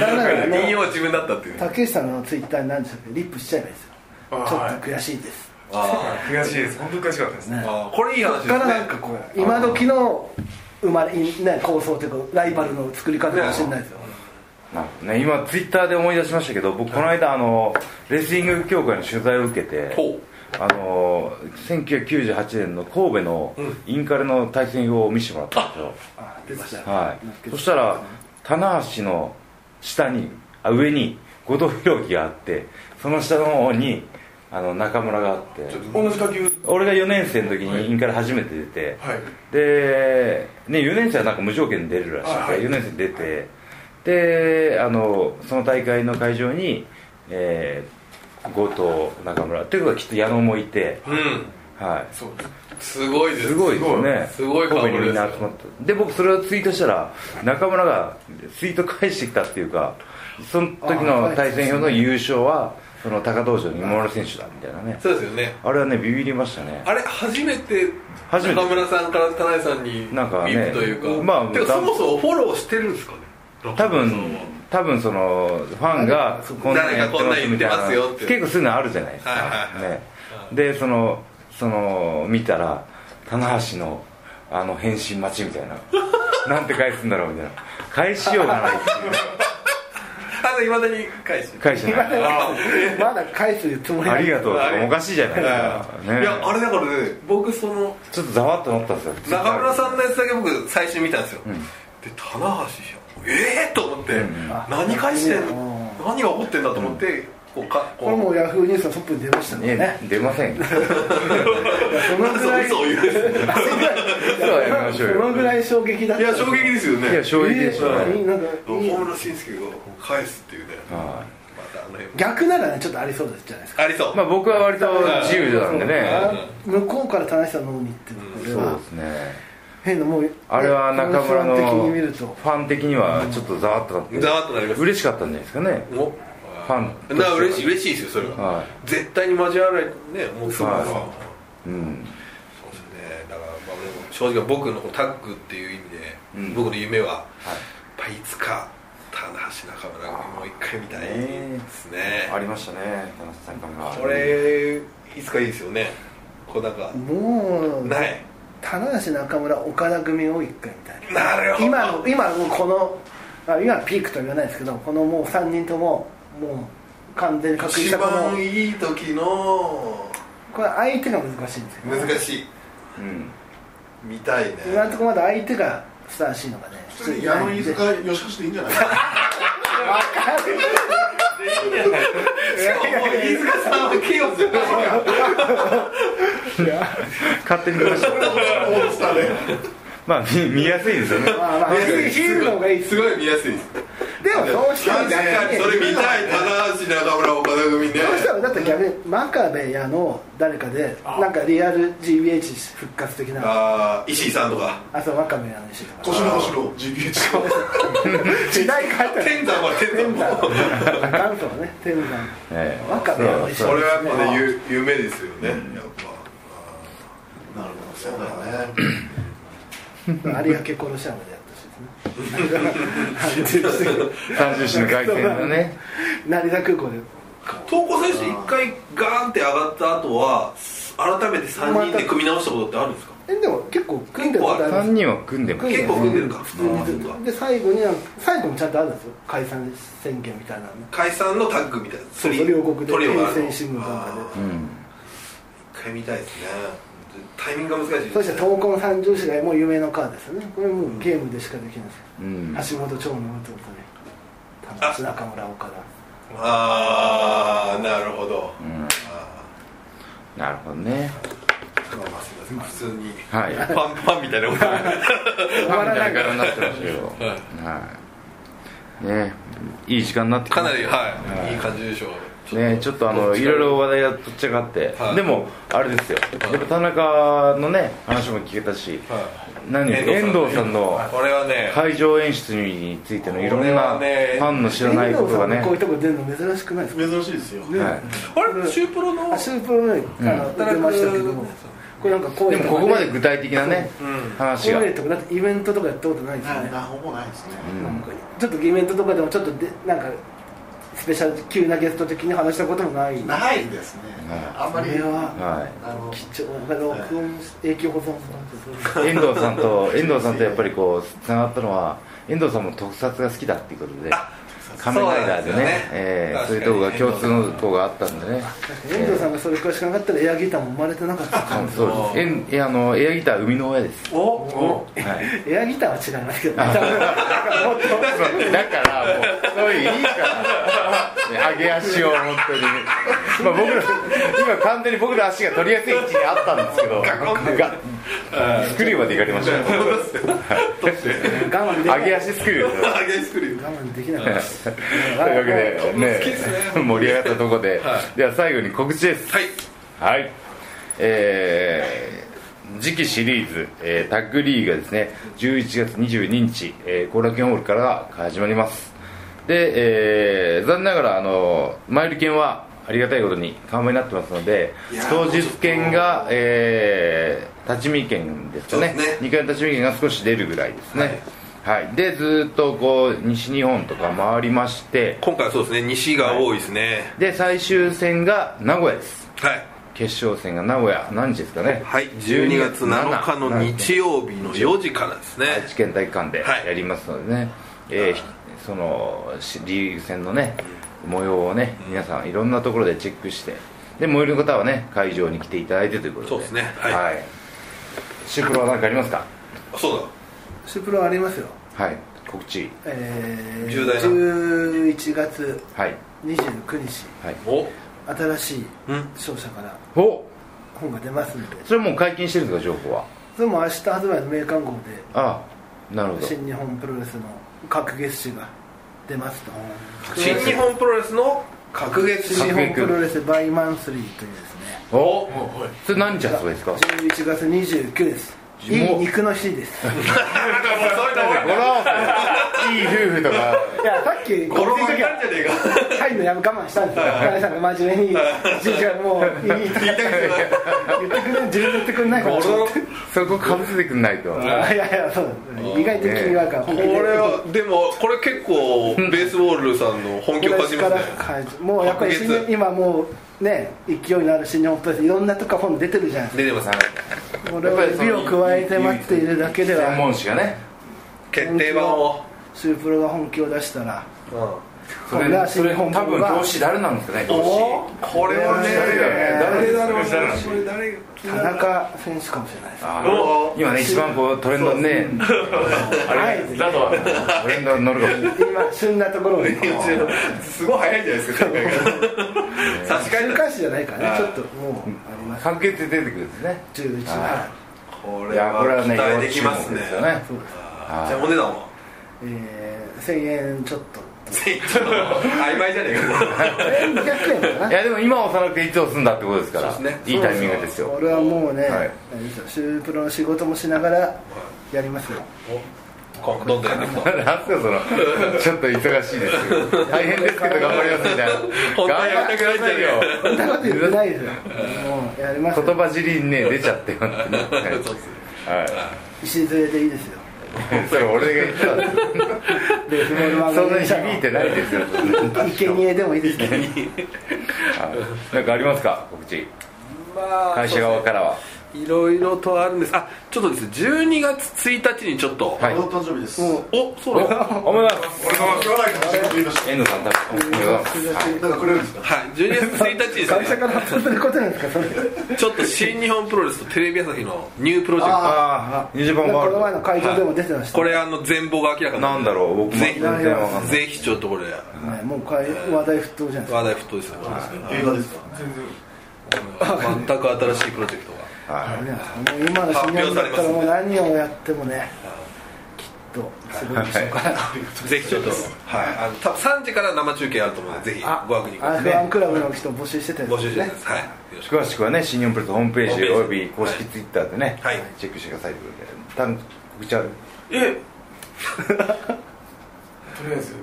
S3: なんなら
S2: 引用
S3: ね
S2: は自分だったっていうね
S3: 竹下のツイッターに何でしたっけリップしちゃえばいいですよちょっと悔しいです
S2: あ
S4: 悔しいです本当に悔しかったですね
S2: ーあーこれいい話です
S3: だ
S2: ね
S3: からなんかこう今時の生まれいね構想というかライバルの作り方かもしれないですよ
S1: なんかね今ツイッターで思い出しましたけど僕この間あのレスリング協会の取材を受けて
S2: ほう
S1: あの1998年の神戸のインカレの対戦表を見せてもらったんですよ
S3: あ出ました
S1: はい、そしたら棚橋の下にあ上に後藤弘樹があってその下の方にあの中村があって
S4: 同じ下級
S1: 俺が4年生の時にインカレ初めて出て、
S4: はい
S1: で、ね、4年生はなんか無条件で出るらしい、
S4: はいはい
S1: 4年生出てであのその大会の会場に、えー後藤中村っていうことはきっと矢野もいて、
S2: うん
S1: は
S4: そうです
S2: すごい
S1: い、
S2: です
S1: すごいですね
S2: すごい
S1: 神
S2: 顔
S1: 戸
S2: ぶ
S1: にみん
S2: れですよ
S1: な集まったで僕それをツイートしたら中村がツイート返してきたっていうかその時の対戦表の優勝はその高道場の今村選手だみたいなね
S2: そうですよね
S1: あれはねビビりましたね
S2: あれ初めて
S1: 初めて
S2: 中村さんから田内さんに
S1: なんかね
S2: ビップというか
S1: まあ
S2: てか
S1: だ
S2: そもそもフォローしてるんですかね
S1: 多
S2: 中
S1: 分
S2: 村さんは
S1: 多分そのファンがこんなんやってますみたい
S2: 誰かこんなん言ってますよ
S1: な
S2: って
S1: 結構そういうのあるじゃないですか、
S2: はいはい
S1: ね、でそのその見たら棚橋のあの返信待ちみたいななん [LAUGHS] て返すんだろうみたいな返しようがないっていう
S2: あのいまだに返して
S1: 返してない
S3: まだ返すつもり
S1: あり
S3: が
S1: がとうとかおかしいじゃないですか、ね、
S2: いやあれだからね僕その
S1: ちょっとざわっとなったんですよ
S2: 中村さんのやつだけ僕最初見たんですよ、で棚橋やええー、と思って、何返してんの何が起こってんだと思って、こうか
S3: これもうヤフーニュースのトップに出ましたね
S1: ね出ません
S3: そのぐらい
S2: 嘘を言うんですね
S1: 嘘はやめましょう
S3: その
S1: よ
S3: ぐらい衝撃だっ
S2: い
S3: た
S2: や衝撃ですよ
S1: い
S2: ね
S1: や衝撃でしたね、
S3: えーなん
S2: 大
S3: かいい
S2: 村慎介が返すっていうねま
S1: はい
S2: たあの辺
S3: 逆ならねちょっとありそうですじゃないですか
S2: ありそう、
S1: まあ僕は割と自由なんでね
S3: 向こうから田中さんの方に行ってる
S1: そ
S3: これ
S1: う
S3: は
S1: ですね
S3: 変なもう
S1: あれは中村の
S3: 田中さん的に見る
S1: フ
S3: と
S1: ァン的にはちょっとざわっとなって
S2: ざわっとなります
S1: 嬉しかったんじゃないですかね
S2: お
S1: ファンとして
S2: な
S1: は
S2: 嬉しい嬉しいですよそれは、
S1: は
S2: 絶対に交わられねもうすぐファンは、
S1: はうん
S2: そうですねだから、まあ、正直僕のタッグっていう意味で、
S1: うん
S2: 僕の夢は、やっぱいつか棚橋中村組もう一回見たいですね
S1: ありましたね田中さんから
S2: これいつかいいですよねこうなんか
S3: もう
S2: ない
S3: 棚橋中村岡田組を一回みたいな
S2: なるほど
S3: 今の今もうこのあ今ピークとは言わないですけどこのもう3人とももう完全に確立し
S2: 一
S3: たこの
S2: 番いい時の
S3: これ相手が難しいんですよ
S2: 難しい
S1: うん
S2: 見たいね
S3: 今のところまだ相手がふさわしいのがね
S5: 普通に矢野飯塚よしかしでいいんじゃないかな
S2: しかももう飯塚さんはケオスじゃないか
S1: 勝手に見ました
S5: オールスターで
S1: まあ見見やすいですよね
S3: まあまあヒールの方がいいです
S2: すごい見やすいです
S3: でもそうし
S2: 確
S3: ても
S2: かにそれ見たい棚橋中村岡田組ね
S3: そしたらだって逆に真壁やの誰かでなんかリアル GBH 復活的な
S2: あー石井さんとか
S3: あそう真壁やの石とか
S5: 年の年の GBH か
S3: 時代変えたら
S2: 天山は天
S3: 天
S2: 山
S3: 山
S2: も
S3: 元祖はね天山
S1: ええ
S3: 真壁やの石
S2: それはやっぱねゆ夢ですよねやっ
S5: なるほどそうだよね
S3: 有明殺し屋までやったしですね
S1: 三重市の凱旋のね
S3: 成田空港で
S2: ぱ東高選手一回ガーンって上がった後は改めて3人で組み直したことってあるんですか
S3: えでも結構組んでることあります
S1: 3人は組んでます
S2: 結構組んでるか
S3: 普通にずっとで最後になんか最後もちゃんとあるんですよ解散宣言みたいなのね
S2: 解散のタッグみたいな
S3: そう
S2: トリ
S3: 両国で
S2: トリオがあ
S3: 平
S2: るの
S3: 成新聞なんか
S2: あ
S3: で
S1: うん
S2: ー一回見たいですねタイミングが難しい
S3: そ
S2: で
S3: して
S2: す
S3: 闘魂三重士がもう有名のカーですよねこれもうゲームでしかできないです、
S1: うん
S3: 橋本長の弟ね田中中村岡
S2: ああなるほど
S1: うん
S2: あ
S1: なるほどね
S2: ーまあまあすいません普通に
S1: はい
S2: ファンファンみたいなこと
S1: ファンみたいな柄になってますよはいねいい時間になってき
S2: か
S1: ま
S2: な
S1: した
S2: りはいいい感じでしょう
S1: ねちょっとあのいろいろ話題がとっちゃかって、
S2: はい
S1: でもあれですよ、
S2: い
S1: やっぱ田中のね話も聞けたし、何遠藤さんの
S2: これはね
S1: 会場演出についてのいろん
S2: これ
S1: な
S2: は
S1: フ
S2: ね
S1: ァンの知らないことが
S3: さん
S1: ね
S3: のこういうとこ出るの珍しくないですか、
S5: 珍しいですよ
S3: ね
S1: は
S2: あれシュープロの
S3: あシュープロね、あの出ましたけどもこれなんか
S1: い、で
S3: 声とか、ね、
S1: もここまで具体的なね、
S2: うん
S1: 話が
S3: 声とかだってイベントとかやったことないですよね、
S5: なほぼないですね
S3: なんかちょっとイベントとかでもちょっとでなんかスペシャル急なゲスト的に話したこともない
S5: ないですねあんまり
S3: それは
S1: は
S5: あの
S3: 貴重な録音永久保存さ
S1: い、遠藤さんと遠藤さんとやっぱりこうつながったのは遠藤さんも特撮が好きだっていうことで仮面ライダーでね
S2: そうなんですよね
S1: えー
S2: 確かに
S1: そういうとこが共通のとこがあったんでね
S3: 遠藤さんがそれ詳しくなかったらエアギターも生まれてなかったか
S1: あ
S3: も
S1: のそうですえんいやあのエアギターは生みの親です、
S2: おお
S1: はい、
S3: エアギターは違いますけど、ね、多分なんかもっと
S1: そうだからもうそういういいからね上げ足を本当に、まあ、僕ら今完全に僕の足が取りやすい位置にあったんですけどがスクリューまでいかれましたね
S3: 我慢できな
S1: 上
S3: い
S1: げ足スクリューですよ
S2: あげ作り
S3: 我慢できなかったです
S1: というわけでね
S2: 好きです
S1: [LAUGHS]
S2: ね
S1: 盛り上がったところで、
S2: は
S1: では最後に告知です
S2: はい
S1: はい、えー次期シリーズ、えータッグリーグがですね11月22日後、えー、後楽園ホールから始まりますで、えー残念ながらあの前売り券はありがたいことに完売になってますので当日券が、えー立ち見券ですかね
S2: そうですね
S1: 2階の立ち見券が少し出るぐらいですね、はいでずーっとこう西日本とか回りまして
S2: 今回はそうですね西が多いですね
S1: で最終戦が名古屋です
S2: はい
S1: 決勝戦が名古屋何時ですかね
S2: はい12月7日の日
S1: 曜
S2: 曜日の4時からですね
S1: 愛知県体育館で
S2: はい
S1: やりますのでね、えーひそのしリーグ戦のね模様をね皆さんいろんなところでチェックしてで燃える方はね会場に来ていただいてということで
S2: そうですねはい
S1: シュプロは何かありますか
S2: あそう
S3: シュプロありますよ
S1: はい告知
S3: えー
S2: 重大な
S3: 11月
S1: はい
S3: 29日
S1: はい
S2: だお
S3: 新しい
S2: うん
S3: 商社から
S1: お
S3: 本が出ますので
S1: それもう解禁してるんですか情報は
S3: それも明日発売の名刊号で
S1: ああなるほど
S3: 新日本プロレスの各月誌が出ますと
S2: 新日本プロレスの格月
S3: 新日本プロレスバイマンスリーというですね
S1: おそれ何日発売ですか
S3: 11月29日ですいい肉の日です
S1: 語呂合わせいい夫婦と
S2: [LAUGHS]
S1: か
S3: いやさっき
S2: ゴロ負け
S3: 時
S2: たんじゃねえか
S3: 入るのやめ我慢したんですよ金井さんが真面目に「じいちゃんもういい」言ってくれ自分で言ってくれないかなと思って
S1: そこかぶせてくんないと
S3: いやいやそうなんです意外と君はか
S2: こ
S3: 本気で
S2: れはでもこれ結構ベースボールさんの本気を感じ
S3: これ
S2: ます
S3: か
S2: ね
S3: らはいもうやっぱり新
S2: 白月
S3: 日今もうね勢いのある新日本プロレスいろんなとこ本出てるじゃない
S2: 出てますね
S3: これを指を加えて待っているだけで
S1: 専門
S3: は
S1: 誌がね
S2: 決定版を
S3: シュープロが本気を出したら
S1: そ
S3: こんな
S1: れそれ多
S3: 新日本
S1: 分
S3: が
S1: 表紙誰なんですかね表
S2: おこれはね
S1: 誰
S4: だろ
S2: こ
S4: う
S2: れ誰が
S3: 田中選手かもしれないです
S1: あの今ね一番こうトレンドにね
S3: は
S4: あ
S3: い
S4: れだとは
S1: トレンドに乗るかもしれない
S3: 今旬なところ
S1: [LAUGHS]
S3: を
S4: すごい早いんじゃないですか展
S2: [LAUGHS]
S4: 開が
S2: 差し替え
S3: 週刊誌じゃないからねちょっともうあります
S1: 関係って出てくるんですね
S3: 11
S1: は
S3: はい
S2: こ
S1: いやこれはね
S2: 期待できます
S1: 要注目
S2: ね
S1: です
S2: じ
S1: よ
S2: ゃ
S1: ね
S3: そうです
S2: あお値段は [LAUGHS]
S3: えー1000円ちょっと
S2: 曖昧じゃねえか
S3: 1200円か
S1: い
S3: な
S1: やでも今押さなくていつ押すんだってことですから
S2: そうですね
S1: いいタイミングですよ
S3: 俺はもうね、
S1: はい
S3: シュープロの仕事もしながらやりますよ
S2: どんどんやっていくと
S1: なんすかそのちょっと忙しいですけど大変ですけど頑張りますみたいな
S2: 本当は
S1: 頑
S2: や
S1: 張
S2: り
S1: ったて
S2: くないん
S1: くだ
S2: じ
S1: さ
S2: ゃ
S1: いよ
S2: ね
S3: そんなこと言ってないですよもうやりますよ
S1: 言葉尻にね出ちゃってよ本当に
S2: そうです
S1: は
S3: 礎でいいですよ
S1: いそれ俺が言ったんです
S3: で相撲の
S1: そ
S3: 番
S1: んなに
S3: 組に
S1: 響いてないですよ
S3: 生贄でもいいですけど
S1: なんかありますか告知
S2: まあ
S1: 会社側からはい
S2: ろいろとあるんですあちょっとですね12月1日にちょっと
S1: はい
S5: お誕生日です。
S2: おそうなんだ
S1: おめでとうございます
S5: 俺が今日だけ初めて言いまし
S1: 遠藤さん多分おめでとうございます
S5: た。なんかくれるんですか。
S2: はい12月1日にですね
S3: 会社から発表することなんですかそれ
S2: ちょっと新日本プロレスとテレビ朝日のニュープロジェク
S1: ああ20番ワ
S3: こ
S1: ール
S3: の前の
S1: ド
S3: 会場でも出てました、
S2: トこれあの全貌が明らかにな
S1: なんだろう僕も
S2: ぜ
S1: 全然わかんない
S2: ぜひちょっとこれ
S3: ねもうかい話題沸騰じゃないですか
S2: 話題沸騰ですよ
S5: 映画ですか。
S2: 全く新しいプロジェクトが
S3: あれじゃないですかもう今の新年だったらもう何をやってもねきっとすごいでしょうから、
S2: ぜひちょっとはいあの多分3時から生中継あると思うのでぜひご確認くだ
S3: アン
S2: さ
S3: フ
S2: い
S3: ァンクラブの人募集してたやつ
S2: 募集して
S3: ね
S2: ますはいよろしく
S1: 詳しくはね新日本プロレスホームペー
S2: ホ
S1: ジ
S2: ームページ
S1: および公式ツイッターでね
S2: はい
S1: チェックしてくださいということで多分告知ある
S2: え
S4: とりあえず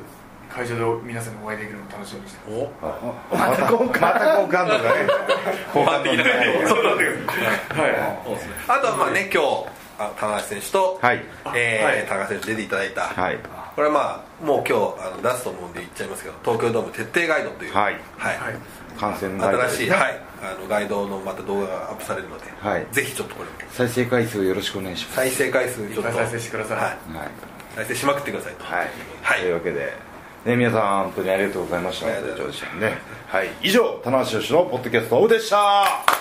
S4: 会場で皆さんにお会いできるの楽しみにしてます
S2: お
S1: また交換また交換とかね交換とかね
S4: は
S2: そうですねあとはまあね今日あ高橋選手と
S1: はい
S2: えー高橋選手出ていただいた
S1: はい
S2: これはまあもう今日あの出すと思うんで言っちゃいますけど東京ドーム徹底ガイドという
S1: はい
S2: はい
S1: 感染対策
S2: 新しい、はい、あのガイドのまた動画がアップされるので、
S1: はい
S2: ぜひちょっとこれも
S1: 再生回数よろしくお願いします
S2: 再生回数ちょっと
S4: いっぱい再生してください
S2: はい、
S1: はい
S2: 再生しまくってくださいと
S1: はい、
S2: はい
S1: というわけで、ね、皆さん本当にありがとうございました
S2: ありがとうございま
S1: ねはい以上棚橋宏のポッドキャストオフでした